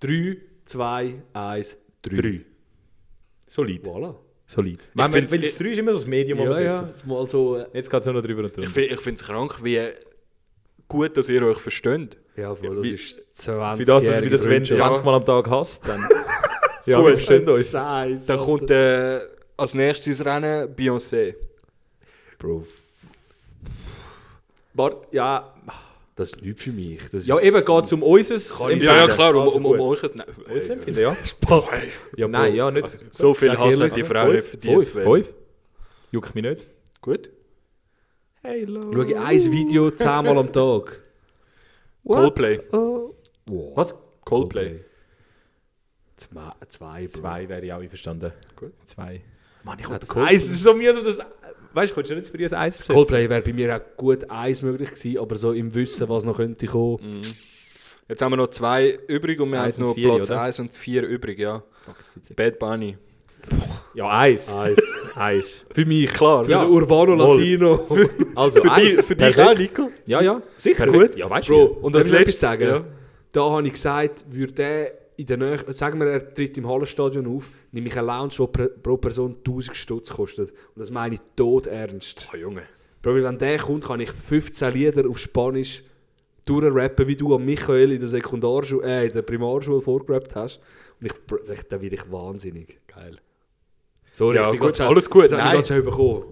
3, 2, 1, 3.
Drei. Solid.
Voilà.
Solid. Wenn man,
find's-
weil das drei ist immer so das Medium, das
Ja,
wir
ja.
setzen.
Jetzt mal so... äh,
Jetzt geht es nur noch drüber und drüber.
Ich, fi- ich finde es krank, wie gut, dass ihr euch versteht.
Ja, Bro, das
Wie-
ist 20
Für das, dass du das Wenn 20
Ja.
Mal am Tag hast, [LAUGHS] dann. ja,
So
wir verstehen
Schön
uns.
Scheiße.
Dann kommt äh, als nächstes ins Rennen Beyoncé.
Bro,
Bar ja,
das ist nichts für mich. Das
ja,
ist-
eben geht es um unseres.
ich
Ja, ja
sagen.
klar, um, um, um
euch.
euch. ein- Nein.
[LAUGHS] Ja.
Ja,
Nein,
Bro.
ja, nicht.
Also, so viel
Sag
Hass hat
ehrlich,
die Frau nicht verdient. zu
Fünf.
werden.
Fünf. Juckt mich nicht.
Gut.
Halo.
Schau ich ein Video zehnmal am Tag.
Coldplay.
Wow.
Was?
Coldplay.
Zwei, zwei, Bro.
Zwei wäre ich auch einverstanden.
Gut.
Zwei. Mann, ich
Ja,
wollte das
Coldplay.
Eis. Es ist so mir, das. Weißt du, kannst du nicht für dich ein Eis setzen?
Coldplay wäre bei mir auch gut eins möglich gewesen, aber so im Wissen, was noch könnte kommen.
Jetzt haben wir noch zwei übrig und wir
Eins
haben
und
noch
vier,
Platz
oder?
1 und 4 übrig, ja.
Fuck, das gibt's nicht.
Bad Bunny.
Ja, Eis.
Eins.
Eis.
Für mich, klar. Für
Ja.
den Urbano
Voll.
Latino.
Also,
Für
Eis.
dich- für dich
Perfekt.
auch, Nico?
Ja, ja.
Sicher
Perfekt.
gut.
Ja, weißt
Bro,
du.
und
das
das letzte
Letzte,
sagen.
ja.
Da habe ich gesagt, würde der in der Nähe, sagen wir, er tritt im Hallenstadion auf, nehme ich eine Lounge, die pro- pro Person 1000 Stutz kostet. Und das meine ich tot ernst.
Oh, Junge.
Bro, weil wenn der kommt, kann ich 15 Lieder auf Spanisch durchrappen, wie du an Michael in der Sekundarschule, äh, in der Primarschule vorgerappt hast. Und ich, br- ich- dann werde ich wahnsinnig.
Geil.
Sorry,
Ja,
ich bin
gut,
ganz schnell-
alles gut,
das habe
nein.
Ich ganz schnell bekommen.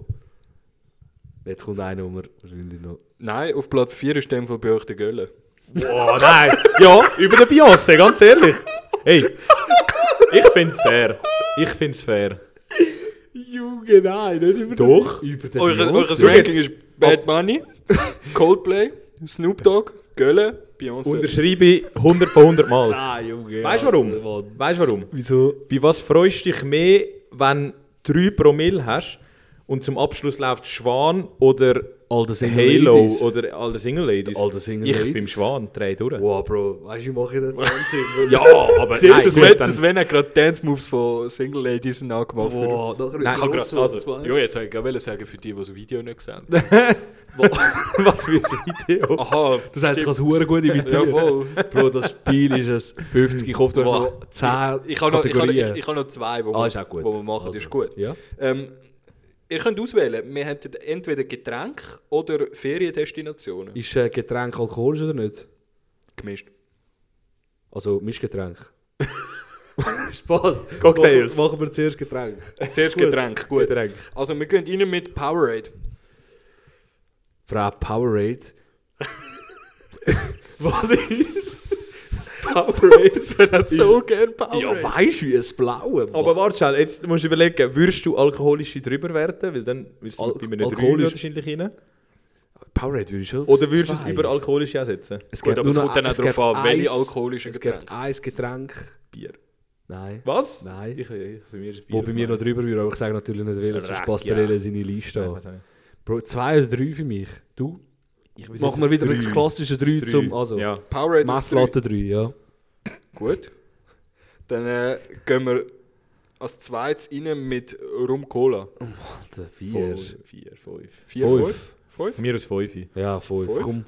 Jetzt kommt einer, um wahrscheinlich noch...
Nein, auf Platz 4 ist in dem Fall bei euch der Gölle.
Boah, nein. Ja, über den Beyoncé, ganz ehrlich. Hey, ich finde es fair. Ich finde es fair.
Junge, nein, nicht über
Doch.
den... Über den
Euer eures Oh.
Beyoncé.
Ranking ist Bad Bunny, [LAUGHS] Coldplay, Snoop Dogg, Gölle, Beyoncé.
Unterschreibe ich 100 von 100 Mal.
Nein, Junge.
Weißt du
Alter,
warum?
Mann.
Weißt du warum?
Wieso?
Bei was freust du dich mehr, wenn du 3 Promille hast und zum Abschluss läuft Schwan oder
All the single
Halo
ladies.
oder All the Single Ladies?
All the Single
ich
Ladies.
beim Schwan, drei durch.
Wow, Bro, weißt du, ich mache das Wahnsinn.
Ja, aber
Siehst du,
gut,
Sven,
dann-
der Sven hat gerade Dance Moves von Single Ladies nachgemacht.
Wow, nachher
Nein, ich
kann
habe
ich
gerade.
so
Also,
zwei-
ja, jetzt wollte ich gerade sagen, für die, die das Video nicht gesehen haben.
was für ein Video.
Aha,
Das heisst, ich kann es hure gut imitieren.
Ja, voll.
Bro, das Spiel ist ein 50, ich hoffe, du
Wow.
hast noch 10
ich habe noch, ich, habe-
Kategorien.
ich, ich habe noch zwei, die
Ah, ist auch gut.
wir machen. Das
Also,
ist gut.
Ja.
Ähm, ihr könnt auswählen. Wir hätten entweder Getränke oder Feriendestinationen.
Ist äh, Getränk alkoholisch oder nicht?
Gemischt.
Also Mischgetränk. Spaß.
Cocktails.
Machen, machen wir zuerst Getränk.
[LAUGHS] Zuerst
Gut.
Getränk, gut.
Getränk. [LAUGHS]
Also wir gehen rein mit Powerade.
Frau
[LAUGHS]
Powerade. Was ist Powerade? [LAUGHS]
Das wäre so gerne
ja,
Powerade.
weißt du, wie es blaue.
Aber warte schnell, jetzt musst du überlegen, würdest du alkoholische drüber werten? Weil dann wirst du
Al-
bei einem drei
alkoholisch-
wahrscheinlich rein.
Powerade würde ich schon. auf
Oder würdest du es
zwei.
über alkoholische ansetzen?
Es
Gut,
gibt
aber es
nur noch
kommt dann
ein-
auch darauf
gibt
an, welche
eins-
alkoholischen
Es gibt
Getränke.
ein Getränk.
Bier.
Nein.
Was?
Nein.
Ich, ich, bei mir ist Bier.
Wo bei mir noch drüber würde, aber ich sage natürlich nicht, welches sonst
Rack,
passt
ja.
der Rele in seine Liste. an.
Nein,
Bro, zwei oder drei für mich. Du?
Ich weiß nicht.
Machen wir wieder
Drei.
das klassische ah, drei
Drei.
zum. Also,
Ja.
das
Powerade auf drei.
Messlatte drei, ja.
Gut. Dann äh, gehen wir als zweites rein mit Rum Cola.
Alter,
Vier.
vier.
Vier, fünf.
Vier,
Fünf.
fünf? Fünf?
Von mir aus fünf.
Ja, fünf.
Fünf?
Komm.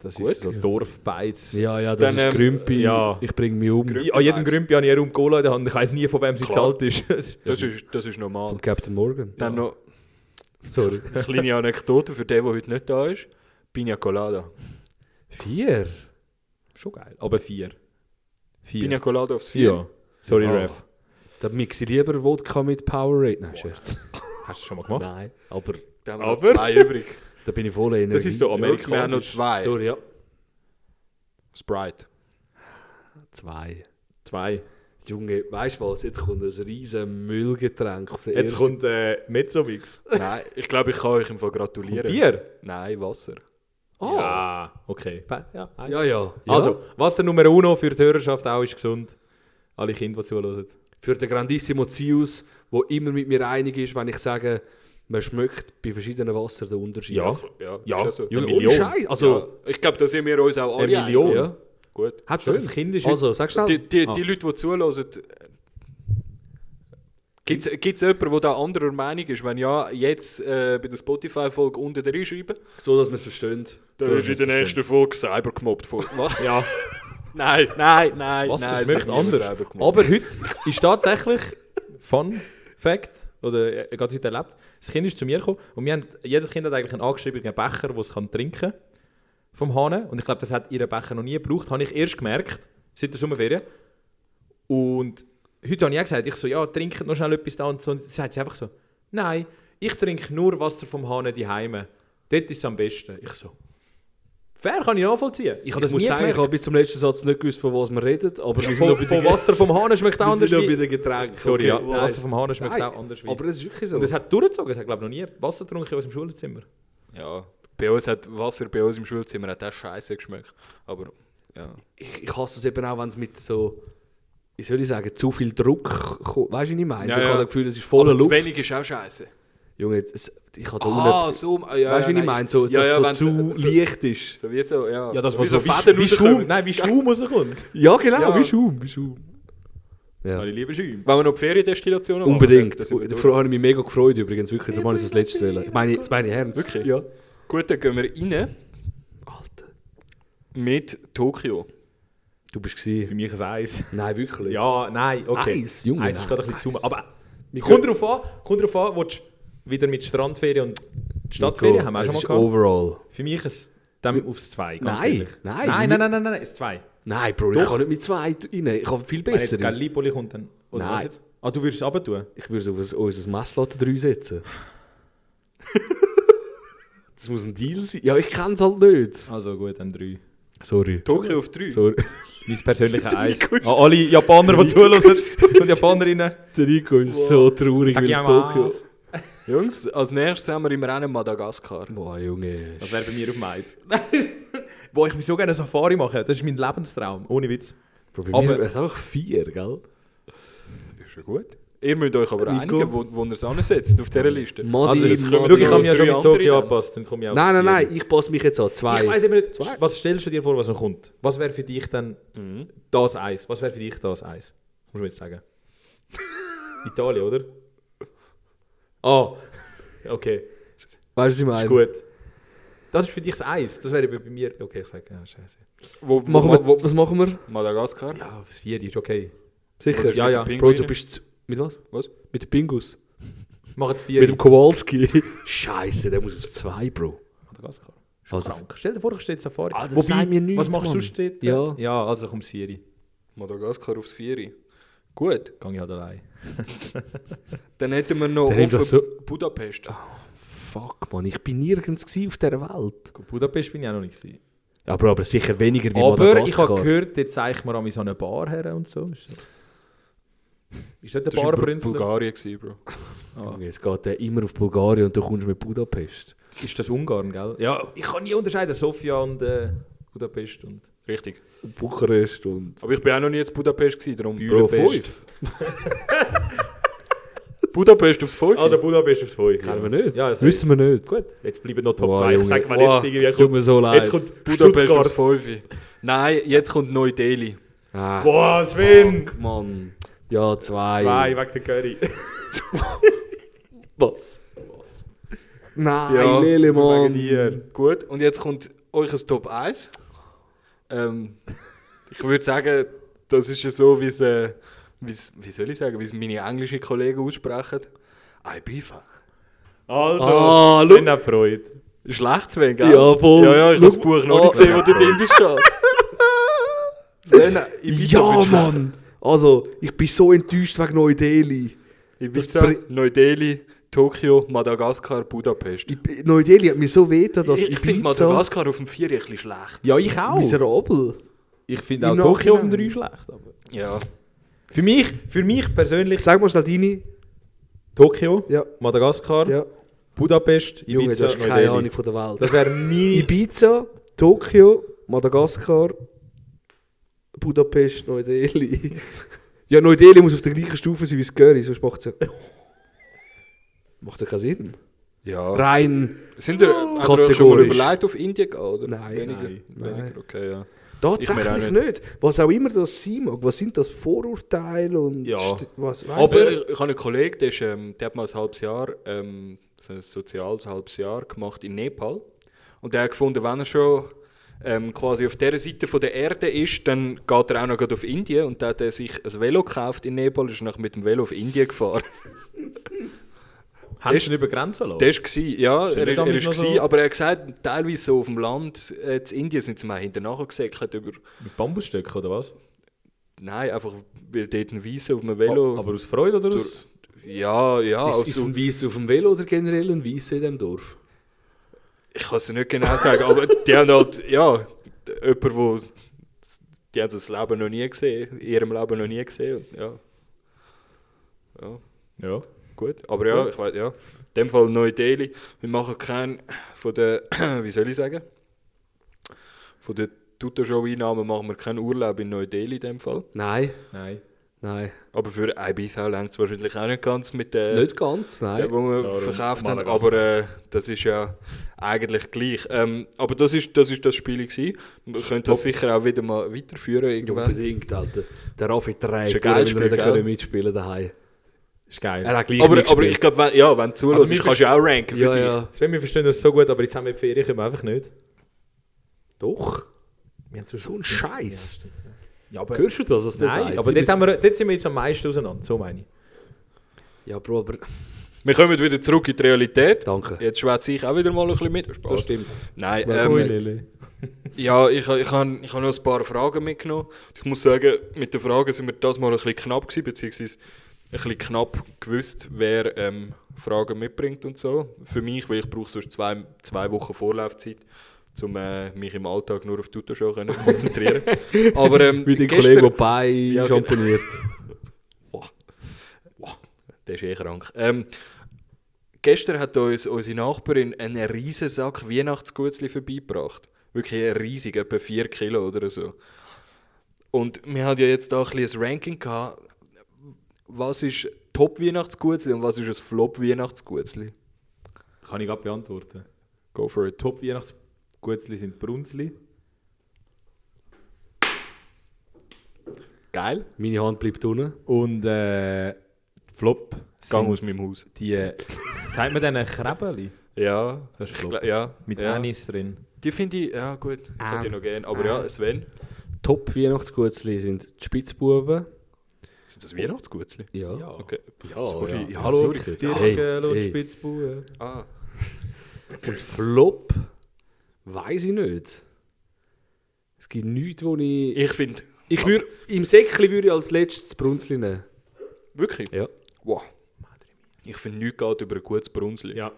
Das
Gut.
ist so Dorfbeiz.
Ja, dus ja, das
Dann,
ist
ähm,
Grümpi.
ehm, ja.
Ich bringe mich um.
Grümpi.
Ja, An jedem Grümpi habe ich eine Rum Cola in der Hand. Ich weiß nie, von wem sie
Klar.
zahlt ist. [LAUGHS]
Das ist, das ist normal.
Von Captain Morgan.
Dann noch
Sorry.
eine kleine Anekdote für den, der heute nicht da ist. Pina Colada.
Vier?
Schon geil. Aber vier. Vier.
Pina Colada aufs Vier.
Ja. Sorry,
Ah.
Ref.
Dann mixe ich lieber Wodka mit Powerade. Nou,
[LAUGHS]
Nein, Scherz.
Hast du schon mal gemacht?
Nein, aber
Da haben wir noch
Aber-
zwei
[LAUGHS]
übrig.
da bin ich voller Energie.
Das ist so
Amerikanisch. Wir haben noch
amerikanisch.
zwei.
Sorry, ja.
Sprite.
Zwei.
Zwei.
Junge, weißt du was? Jetzt kommt ein riesen Müllgetränk auf den
Jetzt
ersten-
kommt äh, Mezzomix.
Nein, ich glaube, ich kann euch im Fall gratulieren.
Bier?
Nein, Wasser.
Ah.
Ja. Okay. Pa- Ja, eins.
Ja, ja. ja.
Also, was der Nummer uno für die Hörerschaft auch ist gesund. Alle Kinder, die zuhören.
für den Grandissimo Zius, der immer mit mir einig ist, wenn ich sage, man schmeckt bei verschiedenen Wassern den Unterschied.
Ja.
Ja,
Ja,
ist ja so. Eine
Junge,
ohne
Million.
Scheiß, also-
ja, ich glaube, da sind wir uns auch alle
Eine Million.
einig.
Ja.
Gut.
Hat
Schön. Das Kind ist
Also, sag schnell.
Die, die,
Ah.
die Leute, die zuhören, äh, gibt es jemanden, der da anderer Meinung ist? Wenn ja, jetzt äh, bei der Spotify-Folge unten reinschreiben.
so, dass man es versteht.
Dann
So
ist
ist
in der
es
nächsten Folge Cyber gemobbt vor. [LAUGHS] Was?
Ja,
nein, nein, nein.
was?
nein,
das
es
schmeckt
wird niemand
anders.
Cyber gemobbt.
Aber heute ist tatsächlich Fun Fact, oder äh, gerade heute erlebt, das Kind ist zu mir gekommen und wir haben, jedes Kind hat eigentlich einen angeschriebenen Becher, den es kann trinken kann vom Hahn. Und ich glaube, das hat ihren Becher noch nie gebraucht. Habe ich erst gemerkt, seit der Sommerferien. Und heute habe ich auch gesagt, ich so, ja, trinkt noch schnell etwas da und so. Und dann sagt sie einfach so, nein, ich trinke nur Wasser vom Hahn die Heime. Dort ist es am besten. Ich so, fair kann ich nachvollziehen. Ich habe das
Ich muss
nie
sagen, ich
gemerkt.
habe bis zum letzten Satz nicht gewusst, von was wir reden, aber wir sind
Von,
noch bei
von
den
Wasser vom Hahn schmeckt auch
wir
anders.
sind noch bei
wie-
den Getränken.
Sorry, ja.
Okay,
Wasser vom Hahn schmeckt
Nein,
auch anders. Wie. Dus
Aber es ist wirklich so.
Und es hat durchgezogen. Es hat, glaube ich, noch nie Wasser getrunken in unserem Schulzimmer.
Ja, bei uns hat Wasser bei uns im Schulzimmer hat auch scheiße geschmeckt. Aber ja.
ich, ich hasse es eben auch, wenn es mit so, wie soll ich sagen, zu viel Druck kommt. Weißt du, was ich meine?
Ja,
so, ich
ja.
habe das Gefühl, es ist voller
Zu
Luft.
wenig ist auch scheiße.
Junge, es, ich habe da
Ah,
unten-
so. ah, Ja,
weißt du,
ja,
wie ich
nein,
meine? So,
ja,
dass
ja,
es so
wenn's-
zu leicht ist.
So wie so, ja.
Wie
Fäden
wie Schaum,
rauskommen.
nein, wie Schaum [LAUGHS] rauskommt.
Ja, genau,
Ja.
wie Schaum. Wie Schaum. Ja.
Meine liebe Schaum.
Wenn wir noch die Feriendestination machen,
Unbedingt.
dann sind wir
Da
durch.
habe ich mich mega gefreut übrigens, wirklich. Da war ich das letzte Wellen. Ich meine, das meine ich ernst.
Wirklich?
Ja.
Gut, dann gehen wir rein
Alter,
mit Tokio.
du bist gesehen.
Für mich ein Eis.
Nein, wirklich.
Ja, nein, okay.
Eis, Junge,
Eis ist gerade ein
nein,
bisschen zu
Eis.
Aber kommt drauf an, kommt drauf an, willst du wieder mit Strandferien und Stadtferien haben wir auch schon mal gehabt.
Overall.
Für mich ein dann aufs 2.
Nein, nein.
nein, nein, nein, nein, nein, nein, das 2.
Nein, Bro, ich
Doch.
kann nicht mit zwei rein. Ich habe viel
Wenn jetzt
besser.
Gallipoli kommt, dann. Oder
Nein.
was jetzt? Ah, du würdest es runter tun?
Ich würde es auf ein- unser Messlatte
[LAUGHS]
3 setzen. das muss ein Deal sein. Ja, ich kenne es halt nicht.
Also gut, dann 3.
Sorry.
Tokio auf 3.
Sorry.
Mein persönliches Eis.
Nico ist-
An alle Japaner, die zuhören und Japanerinnen.
Der Rico ist so traurig, weil Tokio...
Das
Jungs, als nächstes haben wir im Rennen Madagaskar.
Boah, Junge.
wäre bei mir auf dem Eis. [LAUGHS] Wo ich mir so gerne eine Safari mache. Das ist mein Lebenstraum. Ohne Witz.
Bro, bei
Aber-
mir wäre es auch vier, gell?
Ist ja gut. Ihr müsst euch aber
Nico.
einigen, wo, wo ihr es ansetzt auf dieser Liste.
Ah, Also,
Madi,
jetzt
Madi.
kommen
Schau, ich
noch
habe mich ja
drei
schon mit
andere
Tokio
dann.
angepasst. Dann komme ich auch
Nein, nein,
auf
nein, ich passe mich jetzt an.
vier.
Zwei.
Ich weiß eben nicht, was stellst du dir vor, was noch kommt? Was wäre für dich dann
Mhm.
das Eis? Was wäre für dich das Eis? Muss man jetzt
[LAUGHS]
sagen. Italien, oder? Ah, okay.
Weißt du, was ich
Ist
meine?
gut. Das ist für dich das Eis. Das wäre bei mir. Okay, ich sage, ja, scheiße.
Wo, wo,
Machen
wo,
wir, was machen wir?
Madagaskar?
Ja, das Vier ist okay.
Sicher.
Ja, ja.
Bro, du
Pinguine?
bist zu, Mit was?
Was?
Mit dem Pingus.
Mach jetzt
Mit
Vier.
dem Kowalski. [LAUGHS] Scheiße, der muss aufs zwei, Bro.
Madagaskar. Also,
Also-
krank. Stell dir vor, ich stehe in Safari.
Ah, das sagt mir nichts,
was machst du
Mann.
sonst dort?
Ja.
ja, also komm, Siri.
Madagaskar aufs Vieri. Gut,
Gang ich halt allein.
dann hätten wir noch
Dann nimm
offen
das Ah,
Budapest.
Fuck, Mann, ich bin nirgends gsi auf dieser Welt.
Gut, Budapest bin ich auch noch nicht. Gewesen.
Ja, Bro, aber sicher weniger wie
Aber ich
Madagaskar.
habe gehört, dort zeigt man an so eine Bar her und so. Ist das, ist das der
Das war in Bul-
Barbrinzler?
Bulgarien, gewesen, Bro.
Ah.
Junge, Es geht äh, immer auf Bulgarien und du kommst mit Budapest.
Ist das Ungarn, gell? Ja, ich kann nie unterscheiden, Sofia und äh, Budapest. Und
Richtig.
Und Bukarest und...
Aber ich bin auch noch nie in Budapest, gewesen, darum
Bro,
Budapest.
fünf.
Budapest aufs 5.
Ah, Budapest ist voll.
Kennen wir nicht.
Ja, das ist
Wissen wir nicht.
gut. Jetzt bleiben noch Top
Wow,
2. Ich
Junge.
sag, wenn
Wow,
jetzt irgendwie
Es tut
kommt,
mir so leid.
jetzt kommt
Budapest aufs
Stuttgart.
5. Nein, jetzt kommt Neu-Delhi.
Ah,
Boah, Sven!
fuck, Mann. Ja, zwei.
Zwei wegen der Curry.
Was? Nein,
Ja,
Lele,
Wegen
Mann.
dir.
Gut, und jetzt kommt euer Top 1. Ähm, ich würde sagen, das ist ja so, wie es, äh, wie es, wie soll ich sagen, wie es meine englischen Kollegen aussprechen. Ibiza.
Also,
Ah,
Sven hat Freude.
Schlecht zu gell?
Ja, voll.
Ja, ja, ich habe das Buch noch
Oh.
nicht
Ah.
gesehen, wo dort drin steht.
[LAUGHS]
Sven, Ibiza
Ja,
wird schlecht.
Mann. Also, ich bin so enttäuscht wegen Neu-Delhi.
Ibiza,
Das
Neu-Delhi, Tokio, Madagaskar, Budapest.
Ich bin- Neu-Delhi hat mir so wehgetan, dass
ich ich finde Madagaskar auf dem 4 ein bisschen schlecht.
Ja, ich auch.
miserabel.
Ich finde auch
Im
Tokio auf dem 3
Nachhinein.
schlecht. Aber.
Ja.
Für, mich, für mich persönlich
Sag mal schnell deine.
Tokio,
Ja,
Madagaskar,
ja.
Budapest, Ibiza,
Junge, du hast
Neu-Delhi.
keine Ahnung von der Welt.
Das wäre
[LAUGHS]
mein...
Ibiza, Tokio, Madagaskar, Budapest, Neu-Delhi. [LAUGHS] ja, Neu-Delhi muss auf der gleichen Stufe sein wie das Curry, sonst macht es [LAUGHS] ja... Macht ja keinen Sinn.
Ja.
Rein...
Sind ihr, habt ihr euch schon mal
Kategorisch.
überlegt, auf Indien gehen? Oder?
Nein.
Weniger?
Nein.
Weniger, okay, ja. Ich mir
Tatsächlich
auch
nicht. Was auch immer das sein mag. Was sind das Vorurteile und...
Ja.
St- Was, weiss
Aber
ich.
ich, ich habe einen Kollegen, der, ist, ähm, der hat mal ein halbes Jahr, ähm, so ein soziales halbes Jahr gemacht in Nepal. Und der hat gefunden, wenn er schon ähm, quasi auf dieser Seite von der Erde ist, dann geht er auch noch gerade auf Indien. Und dann hat er sich ein Velo gekauft in Nepal, ist nachher mit dem Velo auf Indien gefahren.
Haben sie ihn über Grenzen lassen?
Der war, ja,
Oh. Sind
er, er,
die
er
damals
ist
noch
gewesen,
so-
aber er hat gesagt, teilweise so auf dem Land äh, in Indien sind sie mal hinterher gesäckelt über...
Mit Bambusstöcken oder was?
Nein, einfach weil dort ein Weißer auf einem Velo...
Aber aus Freude oder aus...
ja, ja,
Ah, ist, ist
also-
ein Weiss auf dem Velo oder generell ein Weiss in diesem Dorf?
Ich kann es nicht genau sagen, aber die haben halt, ja, d- jemand, wo die haben das Leben noch nie gesehen, in ihrem Leben noch nie gesehen. Und, ja. ja,
Ja.
gut. Aber ja, ich weiß, ja. In dem Fall neue Daily. Wir machen keinen von den, [CLEARS THROAT] wie soll ich sagen, von den Tutor-Show-Einnahmen machen wir keinen Urlaub in Neu-Delhi in dem Fall.
Nein,
Nein.
nein.
Aber für Ibiza längt es wahrscheinlich auch nicht ganz mit der,
nicht ganz,
den,
nein.
den wir
Darum
verkauft haben.
Madagaskar.
Aber äh, das ist ja eigentlich gleich. Ähm, aber das ist das, ist das Spiel. Gewesen. Wir können das sicher auch wieder mal weiterführen. Irgendwann.
Unbedingt, Alter. Der Raffi
Ist ein
trägt,
geiles
durch, wenn
Spiel,
er nicht können
gell?
mitspielen daheim.
Ist geil.
Er hat gleich
Aber, aber
mitgespielt.
ich glaube, wenn, ja, wenn du zuhörst,
Also wir
kannst du ja auch ranken für
Ja,
dich.
ja.
Sven, wir verstehen das so gut, aber jetzt haben wir die Ferien, können wir einfach nicht.
Doch.
Wir haben
So ein Scheiß.
Ja, aber...
Hörst du das, was der sagt?
Nein, aber
Sie
dort,
müssen-
haben wir, dort sind wir jetzt am meisten auseinander, so meine ich.
Ja, Bro, aber... [LAUGHS]
Wir kommen wieder zurück in die Realität.
Danke.
Jetzt schwätze ich auch wieder mal ein bisschen mit. Spaß.
Das stimmt.
Nein,
Ui,
ähm,
Lele.
ja, ich, ich habe ich hab noch ein paar Fragen mitgenommen. Ich muss sagen, mit den Fragen sind wir das mal ein bisschen knapp gewesen, beziehungsweise ein bisschen knapp gewusst, wer ähm, Fragen mitbringt und so. Für mich, weil ich brauche sonst zwei, zwei Wochen Vorlaufzeit, um äh, mich im Alltag nur auf die Tutorshow können zu
[LAUGHS]
konzentrieren. Aber ähm,
Wie dein
gestern-
Kollege, der bei
Ja, genau.
champoniert.
[LAUGHS]
Der ist eh krank. Ähm, gestern hat uns unsere Nachbarin einen riesen Sack Weihnachtsgutzli vorbeigebracht. Wirklich riesig, etwa 4 Kilo oder so. Und wir hatten ja jetzt da ein, bisschen ein Ranking gehabt. Was ist Top-Weihnachtsgutzli und was ist ein Flop-Weihnachtsgutzli?
Kann ich gerade beantworten.
Go for it.
Top Weihnachtsgutzli sind Brunzli.
Geil.
Meine Hand bleibt unten.
Und äh, Flop
Gang
sind
aus meinem Haus.
die... äh, Sagt man denen Krebeli?
Ja.
Das ist
Ich
Flop.
gla- ja.
Mit
ja.
Anis drin.
Die finde ich, ja gut, ich hätte die
Ähm.
noch gerne. Aber ja, Sven,
Top Weihnachtsgutzli sind die Spitzbuben.
sind das Weihnachtsgutzli?
Ja.
Okay.
Ja,
Sorry,
ja.
ja,
Hallo,
sorry.
Dirk,
Dirk,
Hey,
äh, Lutz,
hey.
Spitzbube.
Ah.
Und Flop? Weiß ich Ah. nicht. Es gibt nichts, wo ich...
Ich finde,
Ich würde, im Säckchen würde ich als letztes das Brunzli nehmen.
Wirklich?
Ja.
Wow. Ich finde, nichts geht über ein gutes Brunzli.
Ja.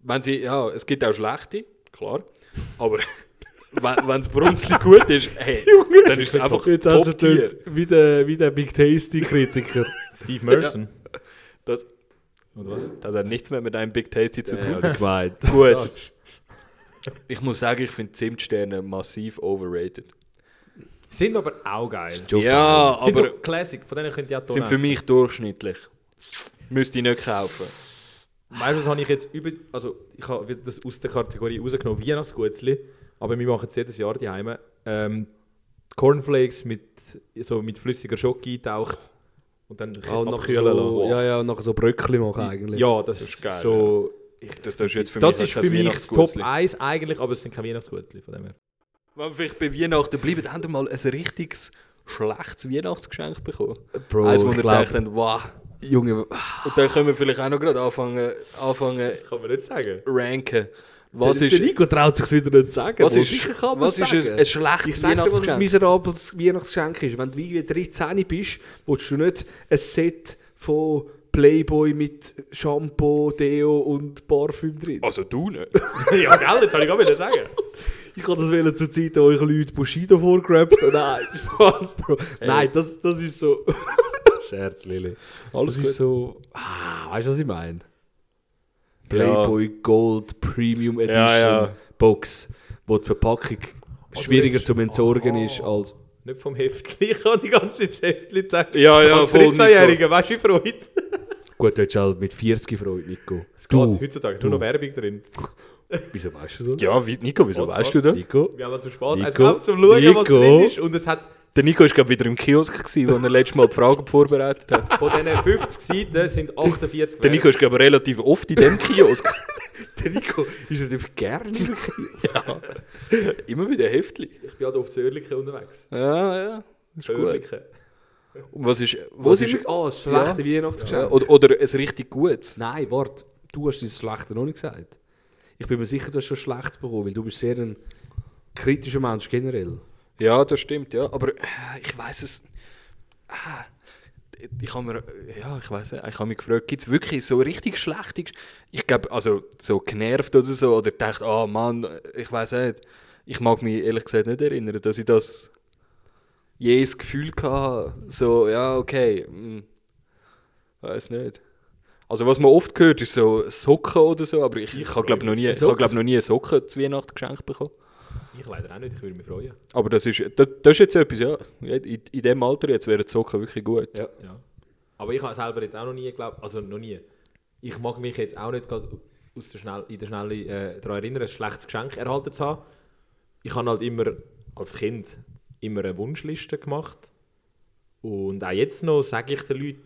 Wenn sie, ja, es gibt auch schlechte, klar. Aber [LAUGHS] wenn, wenn das Brunzli gut ist, [LAUGHS] hey, dann ist es einfach
Jetzt hast du
top tier.
dort wie der, wie der Big Tasty [LAUGHS] Kritiker.
Steve Merson.
Das,
Oder was?
das hat nichts mehr mit einem Big Tasty zu tun.
gemeint.
[LAUGHS] Gut. Ich muss sagen, ich finde Zimtsterne massiv overrated.
Sind aber auch geil.
Ja,
Sind
aber
so Classic, von denen könnt ihr auch
sind für mich durchschnittlich. Müsste ich nicht kaufen.
Weißt du, das habe ich jetzt über. Also, ich habe wieder das aus der Kategorie rausgenommen, Weihnachtsgutzli. Aber wir machen es jedes Jahr die Heime. Ähm, Cornflakes mit, so mit flüssiger Schoki getaucht und dann
Ah, und nachher
abkühlen
so,
lassen.
ja, ja, und nachher so Bröckli machen eigentlich.
Ja, das,
Das ist
ist
geil,
so.
Das, das ist jetzt für
das
mich
ist
halt kein
für mich
Weihnachtsgutzli.
Top 1 eigentlich, aber es sind keine Weihnachtsgutzli von dem her.
Wenn wir vielleicht bei Weihnachten bleiben, haben wir mal ein richtiges schlechtes Weihnachtsgeschenk bekommen.
Bro,
Eins, wo wir
ich glaub,
gedacht haben, wow.
Junge,
Und dann können wir vielleicht auch noch gerade anfangen, anfangen
Kann man nicht sagen.
ranken. Was
der,
ist,
der Nico traut sich wieder nicht zu sagen.
was
Bro,
ist,
sicher kann man's
was ist ein,
sagen.
ein
Ich
schlechtes
sag dir, was ein
Weihnachtsgeschenk?
miserables Weihnachtsgeschenk ist. Wenn du wie 13 bist, willst du nicht ein Set von Playboy mit Shampoo, Deo und Parfüm drin.
Also du nicht.
[LAUGHS] ja, gell, das wollte ich auch wieder sagen.
Ich habe das wollen zur Zeit, wo ich Leute Bushido vorgerappt habe. Nein, [LAUGHS] Spaß, Bro. Nein, das, das ist so... [LAUGHS] Scherz, Lili.
Alles
das
gut.
ist so... Ah, weißt du, was ich meine? Playboy Gold Premium Edition
ja.
Box, wo die Verpackung schwieriger
willst-
zum Entsorgen
Ah.
ist als...
Nicht vom Heftli, [LAUGHS] ich kann die ganze Zeit das Heftli sagen.
Ja, ja,
Als
voll, Nico.
13-Jähriger, weißt du, wie Freude?
Gut, du hättest halt mit 40 Freude, Nico.
Es geht
Du,
heutzutage nur noch Werbung drin.
wieso weißt du so?
Ja, wie, Nico, wieso
Was,
weißt
was?
du das?
Nico?
Wir haben also Spaß.
Nico,
Es gab zum Schauen, was
Nico.
drin ist. Und es hat
Der Nico war gerade wieder im Kiosk, gewesen, wo er letztes Mal die Fragen vorbereitet hat.
von diesen 50 Seiten sind 48
Der Nico ist glaube ich, relativ oft in dem Kiosk.
[LAUGHS] Der Nico ist natürlich [LAUGHS] gerne.
ja. [LAUGHS] Immer wieder Heftli.
Ich bin halt auf Zürliche unterwegs.
Ja, ja. Ist gut.
Zürliche.
Und was ist,
Wo
was
sind
ist
wir? Ah, das schlechte Weihnachtsgeschenk.
Ja, oder, oder ein richtig gutes.
Nein, warte. Du hast dein Schlechte noch nicht gesagt. Ich bin mir sicher, du hast schon Schlechtes bekommen, weil du bist sehr ein kritischer Mensch generell.
Ja, das stimmt, ja. Aber äh, ich weiß es. Ah, Ich habe mir, ja, ich weiß äh, ich habe mich gefragt, gibt es wirklich so richtig schlechte, Gesch- ich glaube, also so genervt oder so, oder gedacht, ah Mann, ich weiß nicht. Ich mag mich ehrlich gesagt nicht erinnern, dass ich das je das Gefühl hatte, so, ja, okay, hm, weiß nicht. Also was man oft hört, ist so Socken oder so, aber ich, ich habe glaube noch nie, ich habe glaube noch nie Socken zu Weihnachten geschenkt bekommen.
Ich leider auch nicht, ich würde mich freuen.
Aber das ist, das, das ist jetzt etwas, ja. In, in dem Alter jetzt wären die Socken wirklich gut.
Ja.
Ja. Aber ich habe selber jetzt auch noch nie geglaubt, also noch nie. Ich mag mich jetzt auch nicht gerade aus der Schnell, in der Schnelle äh, daran erinnern, ein schlechtes Geschenk erhalten zu haben. Ich habe halt immer als Kind immer eine Wunschliste gemacht. Und auch jetzt noch sage ich den Leuten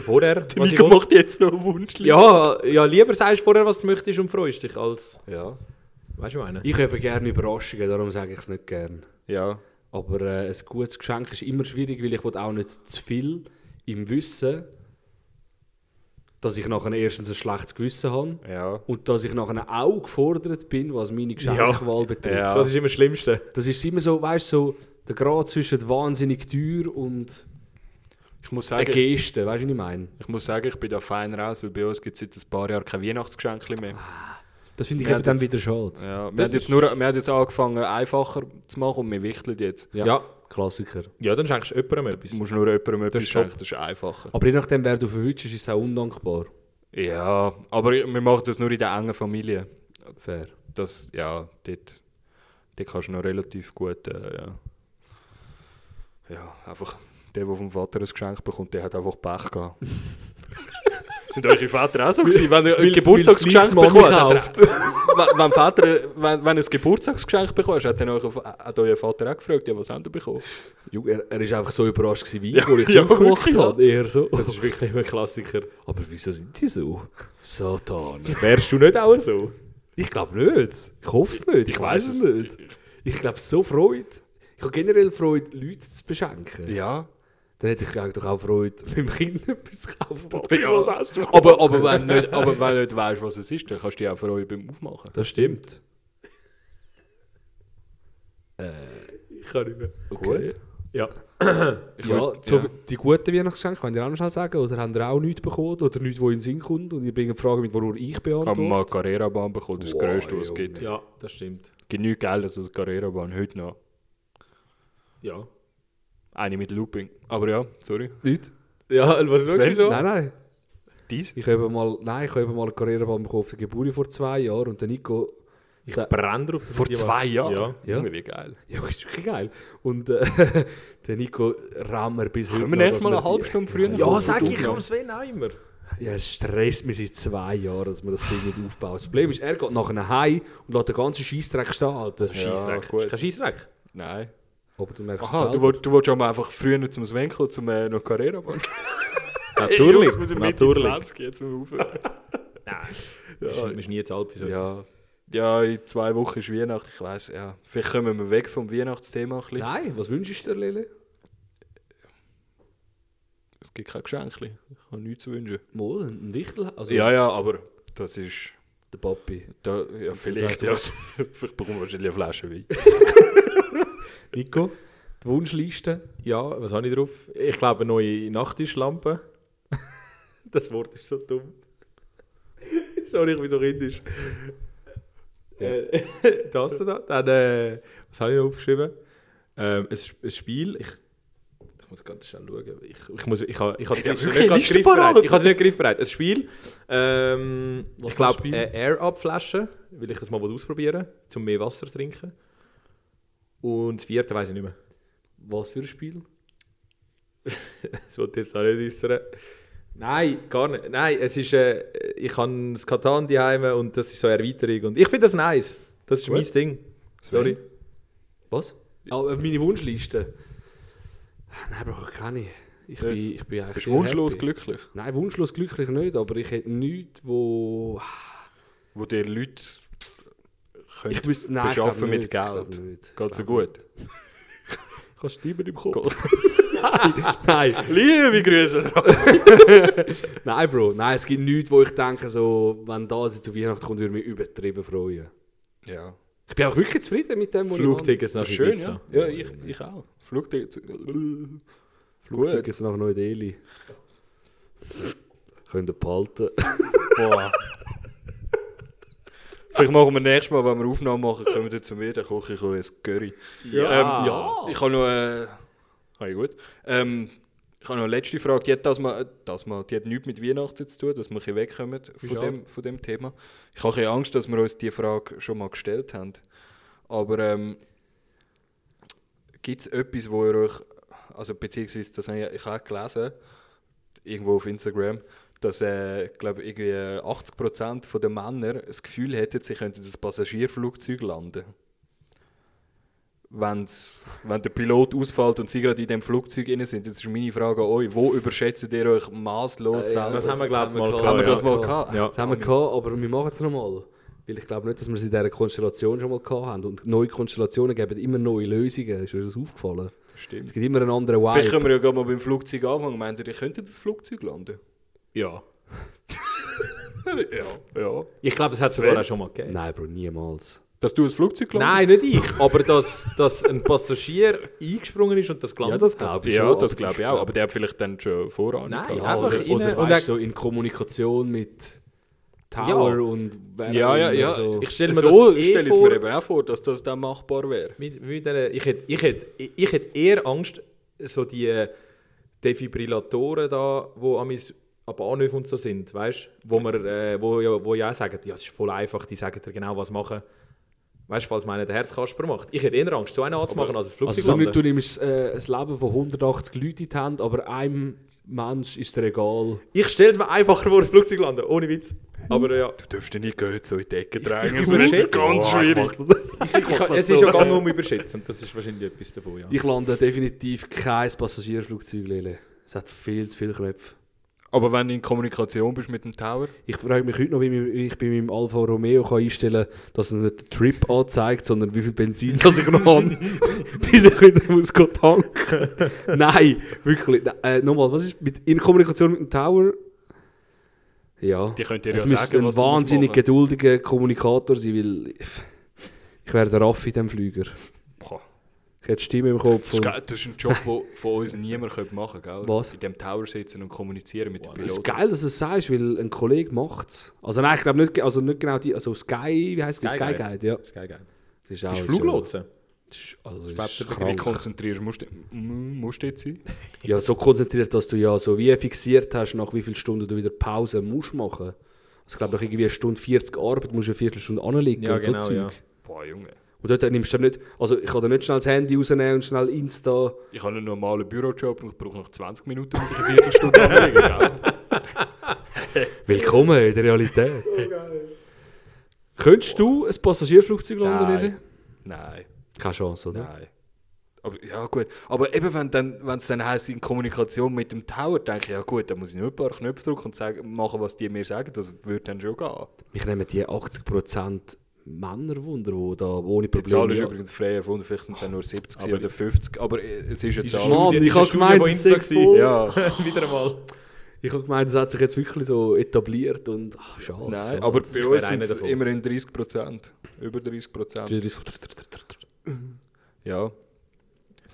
[LAUGHS]
vorher, was ich
Nico
will.
macht jetzt noch einen Wunsch.
Ja, ja, lieber sagst du vorher, was du möchtest und freust dich, als,
Ja.
weißt du, was ich meine?
Ich habe gerne Überraschungen, darum sage ich es nicht gerne.
ja.
Aber äh, ein gutes Geschenk ist immer schwierig, weil ich will auch nicht zu viel im Wissen, dass ich nachher erstens ein schlechtes Gewissen habe
Ja.
und dass ich nachher auch gefordert bin, was meine Geschenkwahl betrifft.
Ja.
Das ist immer das Schlimmste.
Das ist immer so, weißt du, so der Grad zwischen wahnsinnig teuer und
Ich muss
einer
sagen,
Geste, weißt du, was ich meine?
ich muss sagen, ich bin da fein raus, weil bei uns gibt es seit ein paar Jahren kein Weihnachtsgeschenk mehr.
Das finde ich
Ja,
eben dann
Ah, das-
wieder schade.
Ja, wir,
Das
haben jetzt nur, wir haben jetzt angefangen, einfacher zu machen und wir wichteln jetzt.
Ja.
Ja.
Klassiker.
Ja, dann schenkst du jemandem etwas.
Du musst nur jemandem etwas
ist
schenken, das ist einfacher.
Aber je nachdem, wer du verwünschst, ist es auch undankbar.
Ja, aber wir machen das nur in der engen Familie.
Fair.
Das, ja, dort, dort kannst du noch relativ gut, äh, ja. ja, einfach, der, der vom Vater ein Geschenk bekommt, der hat einfach Pech
[LAUGHS]
gehabt. Sind eure Väter auch so gewesen, wenn ihr ein
weil's-
Geburtstagsgeschenk
weil's Mama
bekommt? Hat er,
[LAUGHS]
wenn, wenn, Vater, wenn, wenn ihr ein Geburtstagsgeschenk bekommt, hat dann euer, hat euer Vater auch gefragt, ja, was habt ihr bekommen?
Junge, er, er ist einfach so überrascht gewesen, wie
Ja,
ich, wo ich es
ja,
aufgemacht
wirklich,
habe. Eher so.
Das ist wirklich immer ein Klassiker.
Aber wieso sind die so? Satan.
Wärst du nicht auch so?
Ich glaube nicht. Ich hoffe es nicht. Ich weiß es nicht. Ich glaube, so Freude. Ich habe generell Freude, Leute zu beschenken.
Ja.
Dann hätte ich eigentlich doch auch Freude, [LAUGHS] meinem Kind etwas zu kaufen.
Ja.
Was hast du
Aber, aber, wenn nicht, aber wenn nicht weißt, was es ist, dann kannst du dich auch freuen beim Aufmachen.
Das stimmt.
Ich kann nicht mehr.
Okay. Gut.
Ja.
Ich
ja,
würd-
so
ja.
die guten Weihnachtsgeschenke könnt ihr auch noch schnell sagen. Oder habt ihr auch nichts bekommen? Oder nichts, wo in den Sinn kommt? Und ihr bringt Fragen mit, wo ich
Ich habe
beantworte.
mal Carrera-Bahn bekommen, das ist das
Wow,
Größte, was es
Junge.
gibt.
ja, das stimmt.
Genügend Geiles als Carrera-Bahn, heute noch.
Ja.
Eine mit Looping. Aber ja, sorry.
Nichts?
Ja, was
Sven?
schaust du so?
Nein, nein.
Dies?
Ich habe mal, nein, ich habe mal eine Karrierebahn bekommen auf der Geburt vor zwei Jahren und der Nico...
Ich
Sa-
brenne drauf. dass
Vor
ich die
zwei
mache.
Jahren?
Ja.
Ja.
Junge, wie geil.
[LAUGHS] Ja, ist wirklich geil. Und äh, [LAUGHS] der Nico Rammer bis
Können wir
noch,
nächstes
dass
Mal
wir
eine halbe Stunde früher
Ja,
kommen?
sag ich,
Verdammt.
komm Sven auch immer.
Die, ja, es stresst mich seit zwei Jahren, dass wir das Ding nicht aufbauen. Das Problem ist, er geht nachher nach Hause und lässt den ganzen Scheissdreck stehen, Alter.
Ja,
Scheissdreck.
gut.
ist kein Scheissdreck.
Nein.
Aber du merkst
Aha,
es
du
selber.
wolltest du wolltest auch mal einfach früher zum Svenkel, zum äh, noch Carrera-Bahn.
Natürlich.
Ey, Jungs, wir sind Mitte
Natürlich.
20, jetzt müssen wir aufhören.
Ja. Ist, ist nie zu alt für so etwas.
[LAUGHS] Ja. ja, in zwei Wochen ist Weihnachten, ich weiss. Ja. Vielleicht kommen wir weg vom Weihnachtsthema ein bisschen.
Nein, was wünschst du dir, Lele?
Es gibt kein Geschenk. Ich habe nichts zu wünschen.
Mal, ein Wichtel? Also
Ja, ja, aber das ist...
der Papi.
Da, ja, vielleicht,
heißt,
ja. [LAUGHS] vielleicht bekommen wir wahrscheinlich eine Flasche Wein.
Nico, die Wunschliste.
Ja, was habe ich drauf? Ich glaube, eine neue Nachttischlampe. [LAUGHS] das Wort ist so dumm. [LAUGHS] Sorry, ich bin so kindisch. Äh, [LAUGHS] das da. Dann, äh, was habe ich noch aufgeschrieben? Ähm, ein, ein Spiel. Ich, ich muss ganz schnell schauen. Ich, ich, muss, ich, habe- ich habe
Hey, der hat
die Liste
wirklich
nicht ganz
Liste
griffbereit.
parat.
Ich habe sie nicht griffbereit. Ein Spiel. Ähm,
Was
ich
für ein
glaube,
Spiel?
eine Air-Up-Flasche, weil ich das mal ausprobieren will, um mehr Wasser zu trinken. Und das vierte weiß ich nicht mehr.
Was für ein Spiel?
[LAUGHS] Das wollte ich jetzt auch nicht äußern. Nein, gar nicht. Nein, es ist, äh, ich habe das Katan daheim und das ist so eine Erweiterung. Und ich finde das nice. Das ist
Gut.
mein Ding. Sorry.
Was? Ah, äh, meine Wunschliste. Ah, Nein, brauche ich keine. Ich
Ja.
bin, ich bin eigentlich
Bist
sehr
du wunschlos
happy.
glücklich,
Nein, wunschlos glücklich nicht, aber ich hätte nichts, wo...
wo dir Leute
Ich
können
wüsste, nein, ich
beschaffen
glaube
mit
nicht, ich
Geld.
glaube nicht.
Geht so
Ich glaube
gut.
nicht.
Kannst du im Kopf.
[LAUGHS] Nein,
Liebe Grüße.
nein, Bro. Nein, es gibt nichts, wo ich denke, so, wenn das jetzt zu Weihnachten kommt, würde ich mich übertrieben freuen.
Ja.
Ich bin auch wirklich zufrieden mit dem, was
Flugtickets nach
Das ist schön,
Ibiza.
ja. Ja, ich, ich auch. Flugtickets. Gut.
Flugtickets nach Neu-Delhi. Könnt ihr behalten.
Boah. Vielleicht machen wir nächstes Mal, wenn wir Aufnahmen machen, kommen wir zu mir, dann koche ich auch ein Curry.
Ja.
Ähm, ja. Ich habe noch... Äh, habe ich gut. Ähm, ich habe noch eine letzte Frage. Die hat, das mal, äh, das mal, die hat nichts mit Weihnachten zu tun, dass wir ein bisschen wegkommen von
schade.
dem, von dem Thema. Ich habe ein bisschen Angst, dass wir uns diese Frage schon mal gestellt haben. Aber ähm, gibt es etwas, wo ihr euch... Also beziehungsweise, das habe ich, ich habe auch gelesen, irgendwo auf Instagram, dass äh, glaub, irgendwie 80% der Männer das Gefühl hätten, sie könnten das Passagierflugzeug landen. Wenn's, wenn der Pilot ausfällt und sie gerade in dem Flugzeug drin sind, jetzt ist meine Frage an euch, wo überschätzt ihr euch maßlos
Äh, ja,
selber?
Das haben wir, glaube ich, mal
das
haben wir
gehabt,
das
ja.
mal gehabt?
Ja.
Das haben wir gehabt, aber wir machen es nochmal. Weil ich glaube nicht, dass wir es in dieser Konstellation schon mal gehabt haben. Und neue Konstellationen geben immer neue Lösungen. Ist euch das aufgefallen? Es
Stimmt.
gibt immer einen anderen Vibe.
Vielleicht können wir ja gerade mal beim Flugzeug anfangen. Meint ihr, ihr könntet das Flugzeug landen?
ja.
ja. ja.
Ich glaube, das hat es sogar auch schon mal gegeben.
Nein, Bro, niemals.
Dass du das Flugzeug gelandet
Nein, nicht ich. Aber dass, dass ein Passagier eingesprungen ist und das gelandet
glaube
Ja, das glaube ich auch. Aber der hat vielleicht dann schon Vorahnung.
Nein,
gehabt.
ja. Einfach
oder,
rein
oder
und
weißt,
dann-
so in Kommunikation mit Tower
Ja.
und wer
Ja,
auch
ja,
immer,
ja.
so.
Ich stelle mir
so
das eh
stelle ich es
vor-
mir eben auch vor, dass das dann machbar wäre.
Mit, mit dieser- ich, hätte, ich, hätte, ich, ich hätte eher Angst, so die Defibrillatoren da, die an, mein, an Bahnhöfen und so sind, weißt wo, man, äh, wo, ja- wo ja auch sagen, ja, es ist voll einfach, die sagen dir genau, was machen. Weißt du, falls man einen den Herzkasper macht. Ich hätte eher Angst, so einen anzumachen, als ein
also
Flugzeug
du, nicht- du
landen.
nimmst äh, das Leben von 180 Leuten in die Hand, aber einem Mensch ist dir egal.
Ich stelle mir einfacher vor, ein Flugzeug landen, ohne Witz. Aber ja,
Du dürfst dich nicht gehört, so in die Ecke drängen.
das wird ganz
schwierig.
ich, ich, es ist ja gegangen um Überschätzen. Das ist wahrscheinlich etwas davon, ja.
Ich lande definitiv kein Passagierflugzeug, Lele. Es hat viel zu viele Knöpfe.
Aber wenn du in Kommunikation bist mit dem Tower,
Ich frage mich heute noch, wie mi- wie ich bei meinem Alfa Romeo kann einstellen kann, dass es nicht den Trip anzeigt, sondern wie viel Benzin dass ich
[LAUGHS]
noch habe, [LAUGHS] bis ich wieder muss go tanken. Nein, wirklich. Na- Äh, Nochmal, was ist mit, in Kommunikation mit dem Tower? Ja,
die könnt ihr
es
ja
müsste
sagen,
ein
was du
wahnsinnig
musst machen.
geduldiger Kommunikator sein, weil ich wäre der Raffi in diesem Flüger.
Boah.
Ich Ich habe die Stimme im Kopf.
Das ist, geil, das ist ein Job, den von uns niemand könnte machen könnte.
Was?
In dem Tower sitzen und kommunizieren mit den
Es ist
Piloten.
geil, dass du es sagst, weil ein Kollege macht es. Also nein, ich glaube nicht, also nicht genau die, also Sky, wie heisst die?
Sky
Sky
Guide.
Guide, ja.
Das ist geil, geil.
Das ist, auch
Bist du
schon-
Fluglotsen?
Das ist- Also
Wenn
das ist
du dich
krank.
konzentrierst, musst du mm, musst du jetzt sein.
Ja, so konzentriert, dass du ja so wie fixiert hast, nach wie vielen Stunden du wieder Pause musst machen. Also ich glaube, nach irgendwie eine Stunde 40 Arbeit musst du eine Viertelstunde anliegen
Ja,
und
genau,
so Zeug.
ja.
Boah, Junge.
Und dort nimmst du nicht, also ich kann da nicht schnell das Handy rausnehmen und schnell Insta.
Ich habe einen normalen Bürojob und ich brauche noch 20 Minuten, um sich eine Viertelstunde [LAUGHS] anlegen. gell?
Willkommen in der [LAUGHS] Realität. Könntest du ein Passagierflugzeug landen,
Nein.
Lili?
Nein,
Keine Chance, oder?
nein. Aber, ja gut, aber eben wenn dann, wenn es dann heisst, in Kommunikation mit dem Tower, denke ich, ja gut, dann muss ich nur ein paar Knöpfe drücken und sagen, machen, was die mir sagen, das würde dann schon gehen.
Mich nehmen die 80% Männerwunder, die da ohne
Die Zahl ist
Probleme...
übrigens frei erfunden, vielleicht sind es auch nur 70
Aber-
oder 50, aber äh, es ist eine
Ist eine
Zahl.
Mann,
Studie-
ich
ist
hab
eine Studie
gemeint,
von
es
Insta
sei
gewesen.
voll.
Ja.
[LAUGHS] Wieder einmal.
Ich habe gemeint, das hat sich jetzt wirklich so etabliert und... Ach, schade.
Nein,
schade.
aber bei uns
Ich wäre
sind
einer
es
davon.
immerhin 30 Prozent. Über 30 Prozent. Ja.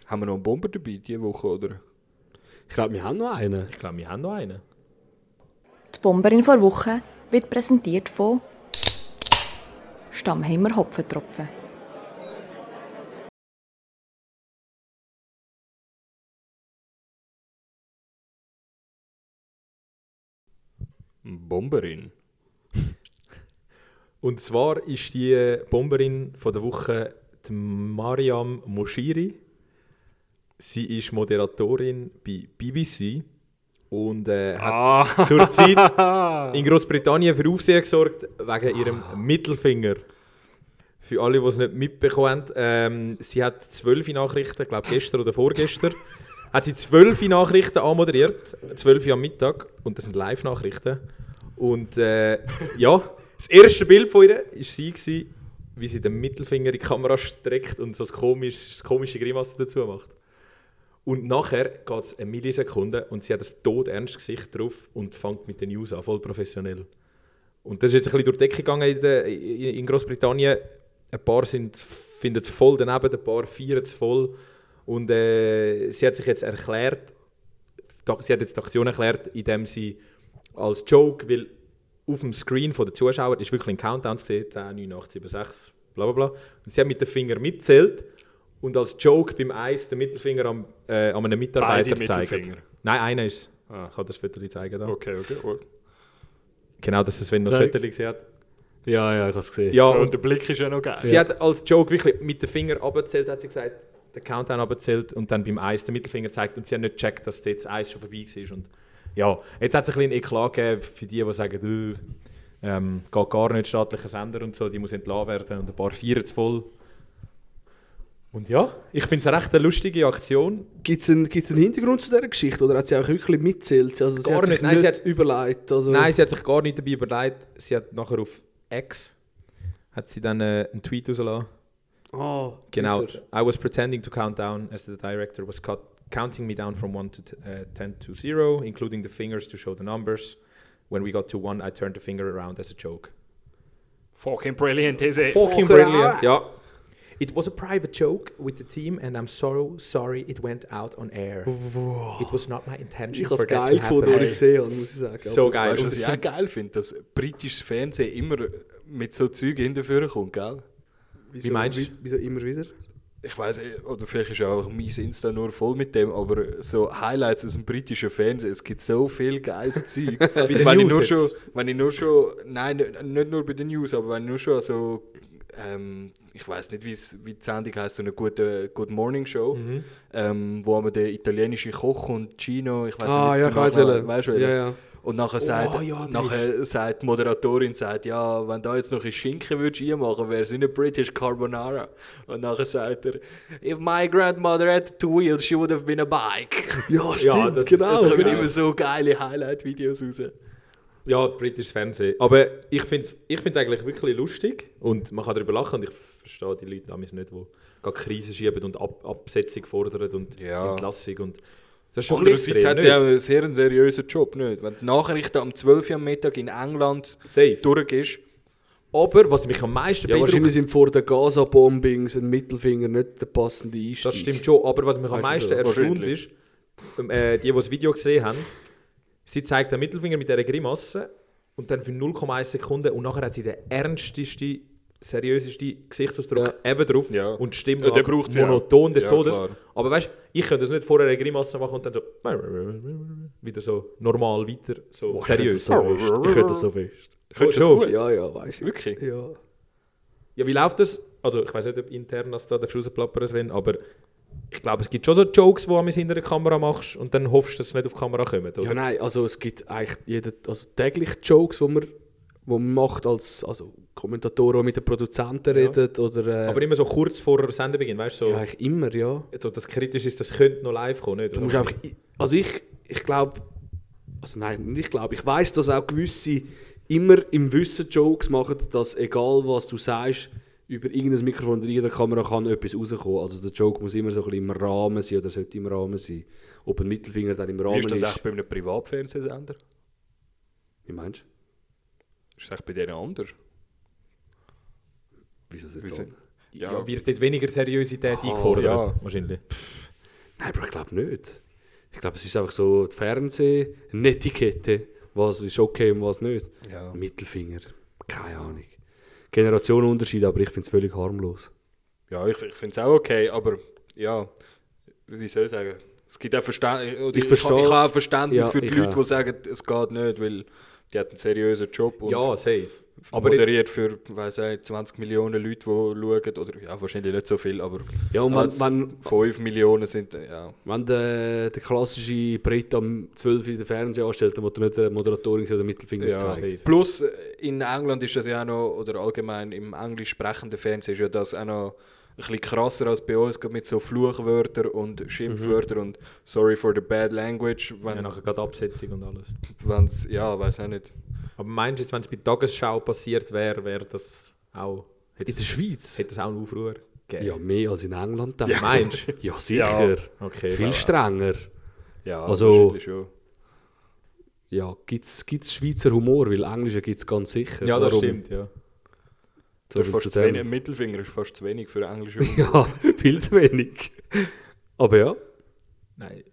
Haben wir noch einen Bomber dabei diese Woche, oder?
Ich glaube, wir haben noch einen.
Ich glaube, wir haben noch einen.
Die Bomberin vor Woche wird präsentiert von Stammheimer Hopfentropfen.
Bomberin.
Und zwar ist die Bomberin von der Woche die Mariam Moshiri. Sie ist Moderatorin bei BBC und äh, hat zur Zeit in Großbritannien für Aufsehen gesorgt wegen ihrem Mittelfinger. Für alle, die es nicht mitbekommen haben, ähm, sie hat zwölf Nachrichten, ich glaube gestern oder vorgestern, hat sie zwölf Nachrichten anmoderiert, zwölf am Mittag, und das sind Live-Nachrichten. Und äh, ja, das erste Bild von ihr war sie, gewesen, wie sie den Mittelfinger in die Kamera streckt und so das komische, das komische Grimasse dazu macht. Und nachher geht es eine Millisekunde und sie hat ein todernstes Gesicht drauf und fängt mit den News an, voll professionell. Und das ist jetzt ein bisschen durch die Decke gegangen in, der, in in Großbritannien. Ein paar sind, finden es voll daneben, ein paar feiern es voll. Und äh, sie hat sich jetzt erklärt, die- sie hat jetzt die Aktion erklärt, indem sie als Joke, weil auf dem Screen von der Zuschauer ist wirklich ein Countdown zu sehen, 10, 9, 8, 7, 6, bla bla bla. Und sie hat mit dem Finger mitzählt und als Joke beim Eis den Mittelfinger am, äh, an einem Mitarbeiter
Beide
zeigt.
Mittelfinger?
Nein, einer ist.
Ah.
Ich kann das Foto zeigen. Da.
Okay, okay.
Genau, dass es Sven noch das
Zeig.
Foto gesehen hat.
Ja, ja, ich habe es gesehen.
Ja,
und
und
der Blick ist ja noch geil.
sie hat als Joke wirklich mit dem Finger abgezählt, hat sie gesagt, den Countdown abgezählt und dann beim Eis den Mittelfinger zeigt und sie hat nicht gecheckt, dass jetzt das Eis schon vorbei war. Und ja, jetzt hat es ein bisschen Eklat gegeben für die, die sagen, äh, ähm, geht gar nicht, staatlicher Sender und so, die muss entlassen werden und ein paar feiern es voll. Und ja, ich finde es eine recht eine lustige Aktion.
Gibt es einen, gibt's einen Hintergrund zu dieser Geschichte? Oder hat sie auch wirklich mitzählt? Also, sie
Gar
hat sich
nicht, nein, sie
nicht
hat-
überlegt. Also,
Nein, sie hat sich gar nicht dabei überlegt. Sie hat nachher auf X hat sie dann äh, einen Tweet rausgelassen.
Ah,
Genau.
Twitter.
I was pretending to count down as the director was cut, counting me down from 1 to t- uh, 10 to 0, including the fingers to show the numbers. When we got to 1, I turned the finger around as a joke.
Fucking brilliant, is it?
Fucking
Fucking
brilliant.
hell.
Ja. It was a private joke with the team and I'm so sorry it went out on air. It was not my intention
Ich
for
habe es
that to
geil
happen.
gefunden, als ich es gesehen habe, muss ich sagen.
So
Aber-
geil.
Weißt du,
Und
was
es
ich
sind-
auch geil finde? Dass britisches Fernsehen immer mit so Zeug hinterführen kommt, gell?
Wieso,
meinst du?
wie- Wieso immer wieder?
Ich weiß oder vielleicht ist auch einfach mein Insta nur voll mit dem, aber so Highlights aus dem britischen Fernsehen, es gibt so viel geiles Zeug.
den
wenn, ich
News
nur
jetzt?
schon, wenn ich nur schon, nein, n- nicht nur bei den News, aber wenn ich nur schon so, ähm, ich weiß nicht, wie's- wie die Sendung heißt, so eine gute Good Morning Show,
Mhm.
Mm-hmm.
ähm, wo man der italienische Koch und Gino, ich weiß
Ah,
nicht,
ja,
zum
ich weiß
Nachnamen-
welchen.
weisst du
Ja,
welchen?
ja.
Und nachher, sagt,
Oh, ja, der
nachher sagt die Moderatorin, sagt, ja, wenn da jetzt noch ein Schinken würdest reinmachen, wäre es wie eine British Carbonara. Und nachher sagt er, if my grandmother had two wheels, she would have been a bike.
Ja, stimmt,
das-
[LAUGHS]
genau.
Es kommen
genau.
immer so geile Highlight-Videos raus.
Ja, britisches Fernsehen. Aber ich finde es ich find's eigentlich wirklich lustig und man kann darüber lachen und ich verstehe die Leute damals nicht, die gerade Krisen schieben und Ab Absetzung fordern und
Ja.
Entlassung. Und das ist schon ein bisschen
Andererseits
extrem,
hat sie auch
nicht?
einen sehr einen seriösen Job, nicht? Wenn die Nachrichten am 12 Uhr am Mittag in England
Safe.
durch ist,
Aber was mich am meisten
Ja, wahrscheinlich
beeindruckt
sind vor den Gaza-Bombings ein Mittelfinger nicht der passende Einstieg.
das stimmt schon, aber was mich am meisten
Weißt du so,
erstaunt
wahrscheinlich.
ist, äh, die, die das Video gesehen haben, sie zeigt den Mittelfinger mit dieser Grimasse und dann für 0,1 Sekunden und nachher hat sie den ernsteste, seriöseste Gesichtsausdruck eben drauf
Ja.
und die Stimme
Ja, den braucht sie
monoton
auch.
des
Ja,
Todes.
klar.
Aber weißt du, ich könnte das nicht vorher eine Grimasse machen und dann so wieder so normal weiter, so
Ich könnte
seriös.
das so fest. Ich könnte das so fest.
Könntest du das
schon.
gut?
Ja, ja, weißt du.
Wirklich?
Ja.
Ja, wie läuft das? Also, ich weiß nicht, ob intern das da darfst du rausplappern Sven, aber ich glaube, es gibt schon so Jokes, die du hinter der Kamera machst und dann hoffst du, dass sie nicht auf die Kamera kommen. Oder?
Ja, nein, also es gibt eigentlich jeden, also täglich Jokes, die man, wo man macht als also Kommentatoren, die mit den Produzenten
Ja.
redet oder... Äh,
Aber immer so kurz vor Sendebeginn, weißt du? So,
ja, eigentlich immer, ja.
so, das kritisch ist, das könnte noch live kommen, nicht?
Du
Oder?
musst einfach... Also ich, ich glaube... Also nein, nicht ich glaube. Ich weiß, dass auch gewisse immer im Wissen Jokes machen, dass egal was du sagst, über irgendein Mikrofon oder irgendeine Kamera kann etwas rauskommen. Also der Joke muss immer so ein bisschen im Rahmen sein oder sollte im Rahmen sein. Ob ein Mittelfinger dann im Rahmen
Ist
ist.
das echt bei einem Privatfernsehsender?
Wie meinst du?
Ist das echt bei denen anders?
Wieso ist das jetzt
Wieso?
so?
ja. wird dort weniger Seriosität eingefordert,
ja.
wahrscheinlich.
Nein, aber ich glaube nicht. Ich glaube, es ist einfach so die Fernseh, eine Etikette, was ist okay und was nicht.
Ja.
Mittelfinger, keine Ahnung. Generationenunterschied, aber ich finde es völlig harmlos.
Ja, ich, ich finde es auch okay, aber ja, wie soll ich sagen? Es gibt auch Verständnis, oder
Ich
ich,
verstehe-
ich habe auch Verständnis
Ja,
für die
ich
Leute,
auch.
die sagen, es geht nicht, weil die hat einen seriösen Job und
Ja, safe. Aber jetzt,
moderiert für weiss ich, 20 Millionen Leute, die schauen. Oder ja, wahrscheinlich nicht so viel, aber
Ja, und wenn,
als
wenn,
5 Millionen sind, äh, ja.
wenn der, der klassische Brit am 12 Uhr den Fernseher anstellt, dann will er nicht der Moderatorin oder Mittelfinger
ja.
zeigen.
Plus äh, in England ist das ja auch noch, oder allgemein im englisch sprechenden Fernsehen ist ja das auch noch ein bisschen krasser als bei uns, gerade mit so Fluchwörtern
Mhm.
und Schimpfwörtern und sorry for the bad language,
ja,
wenn
nachher gerade Absetzung und alles.
wenn's, ja, weiß auch nicht.
Aber meinst du, jetzt, wenn es bei Tagesschau passiert wäre, wäre das auch... Hätte
In der
es
Schweiz?
hätte es auch einen Aufruhr gegeben?
Ja, mehr als in England. Dann.
Ja. Meinst [LAUGHS] du?
Ja, sicher.
Okay,
Viel
voilà.
strenger.
Ja,
Also-
wahrscheinlich schon.
Ja, gibt es Schweizer Humor? Weil Englische gibt es ganz sicher.
Ja, das
Darum-
stimmt, ja.
Du hast fast
zu
zu wenig,
dem-
ein Mittelfinger ist fast zu wenig für englische Humor.
[LAUGHS] Ja, viel zu wenig. Aber ja,
Nein.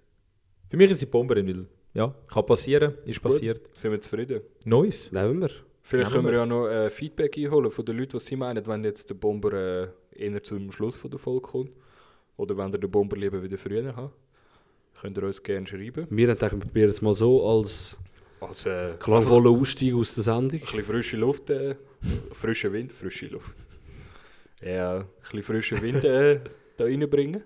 Für mich ist sie Bomberin, weil ja, kann passieren, ist passiert.
Sind wir zufrieden?
Neues.
nehmen wir.
Vielleicht
Ja,
können wir ja noch äh, Feedback einholen von den Leuten, was sie meinen, wenn jetzt der Bomber äh, eher zum Schluss von der Folge kommt. Oder wenn ihr den Bomber lieber wieder früher habt. Könnt ihr uns gerne schreiben.
Wir haben gedacht, wir probieren es mal so als
Als äh, ein
klangvoller Ausstieg aus der Sendung.
bisschen frische Luft, äh, frischer Wind, frische Luft. Ja, ein bisschen frischen Wind äh, da reinbringen.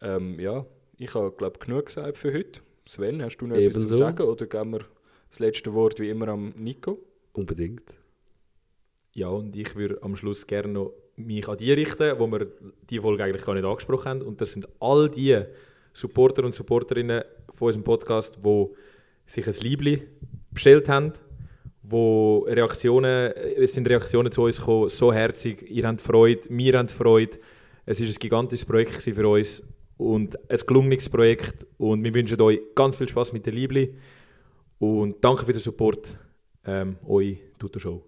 Ähm, ja, ich habe, glaube genug gesagt für heute. Sven, hast du noch etwas zu
Ebenso.
sagen? Oder geben wir das letzte Wort wie immer am Nico?
Unbedingt.
Ja, und ich würde am Schluss gerne noch mich an die richten, wo wir die Folge eigentlich gar nicht angesprochen haben. Und das sind all die Supporter und Supporterinnen von unserem Podcast, wo sich ein Liebli bestellt haben, wo Reaktionen, es sind Reaktionen zu uns gekommen, so herzig, ihr habt Freude, wir haben Freude. Es ist ein gigantisches Projekt gewesen für uns und ein gelungenes Projekt und wir wünschen euch ganz viel Spaß mit den Liebli und danke für den Support, ähm, euch Tuto Show.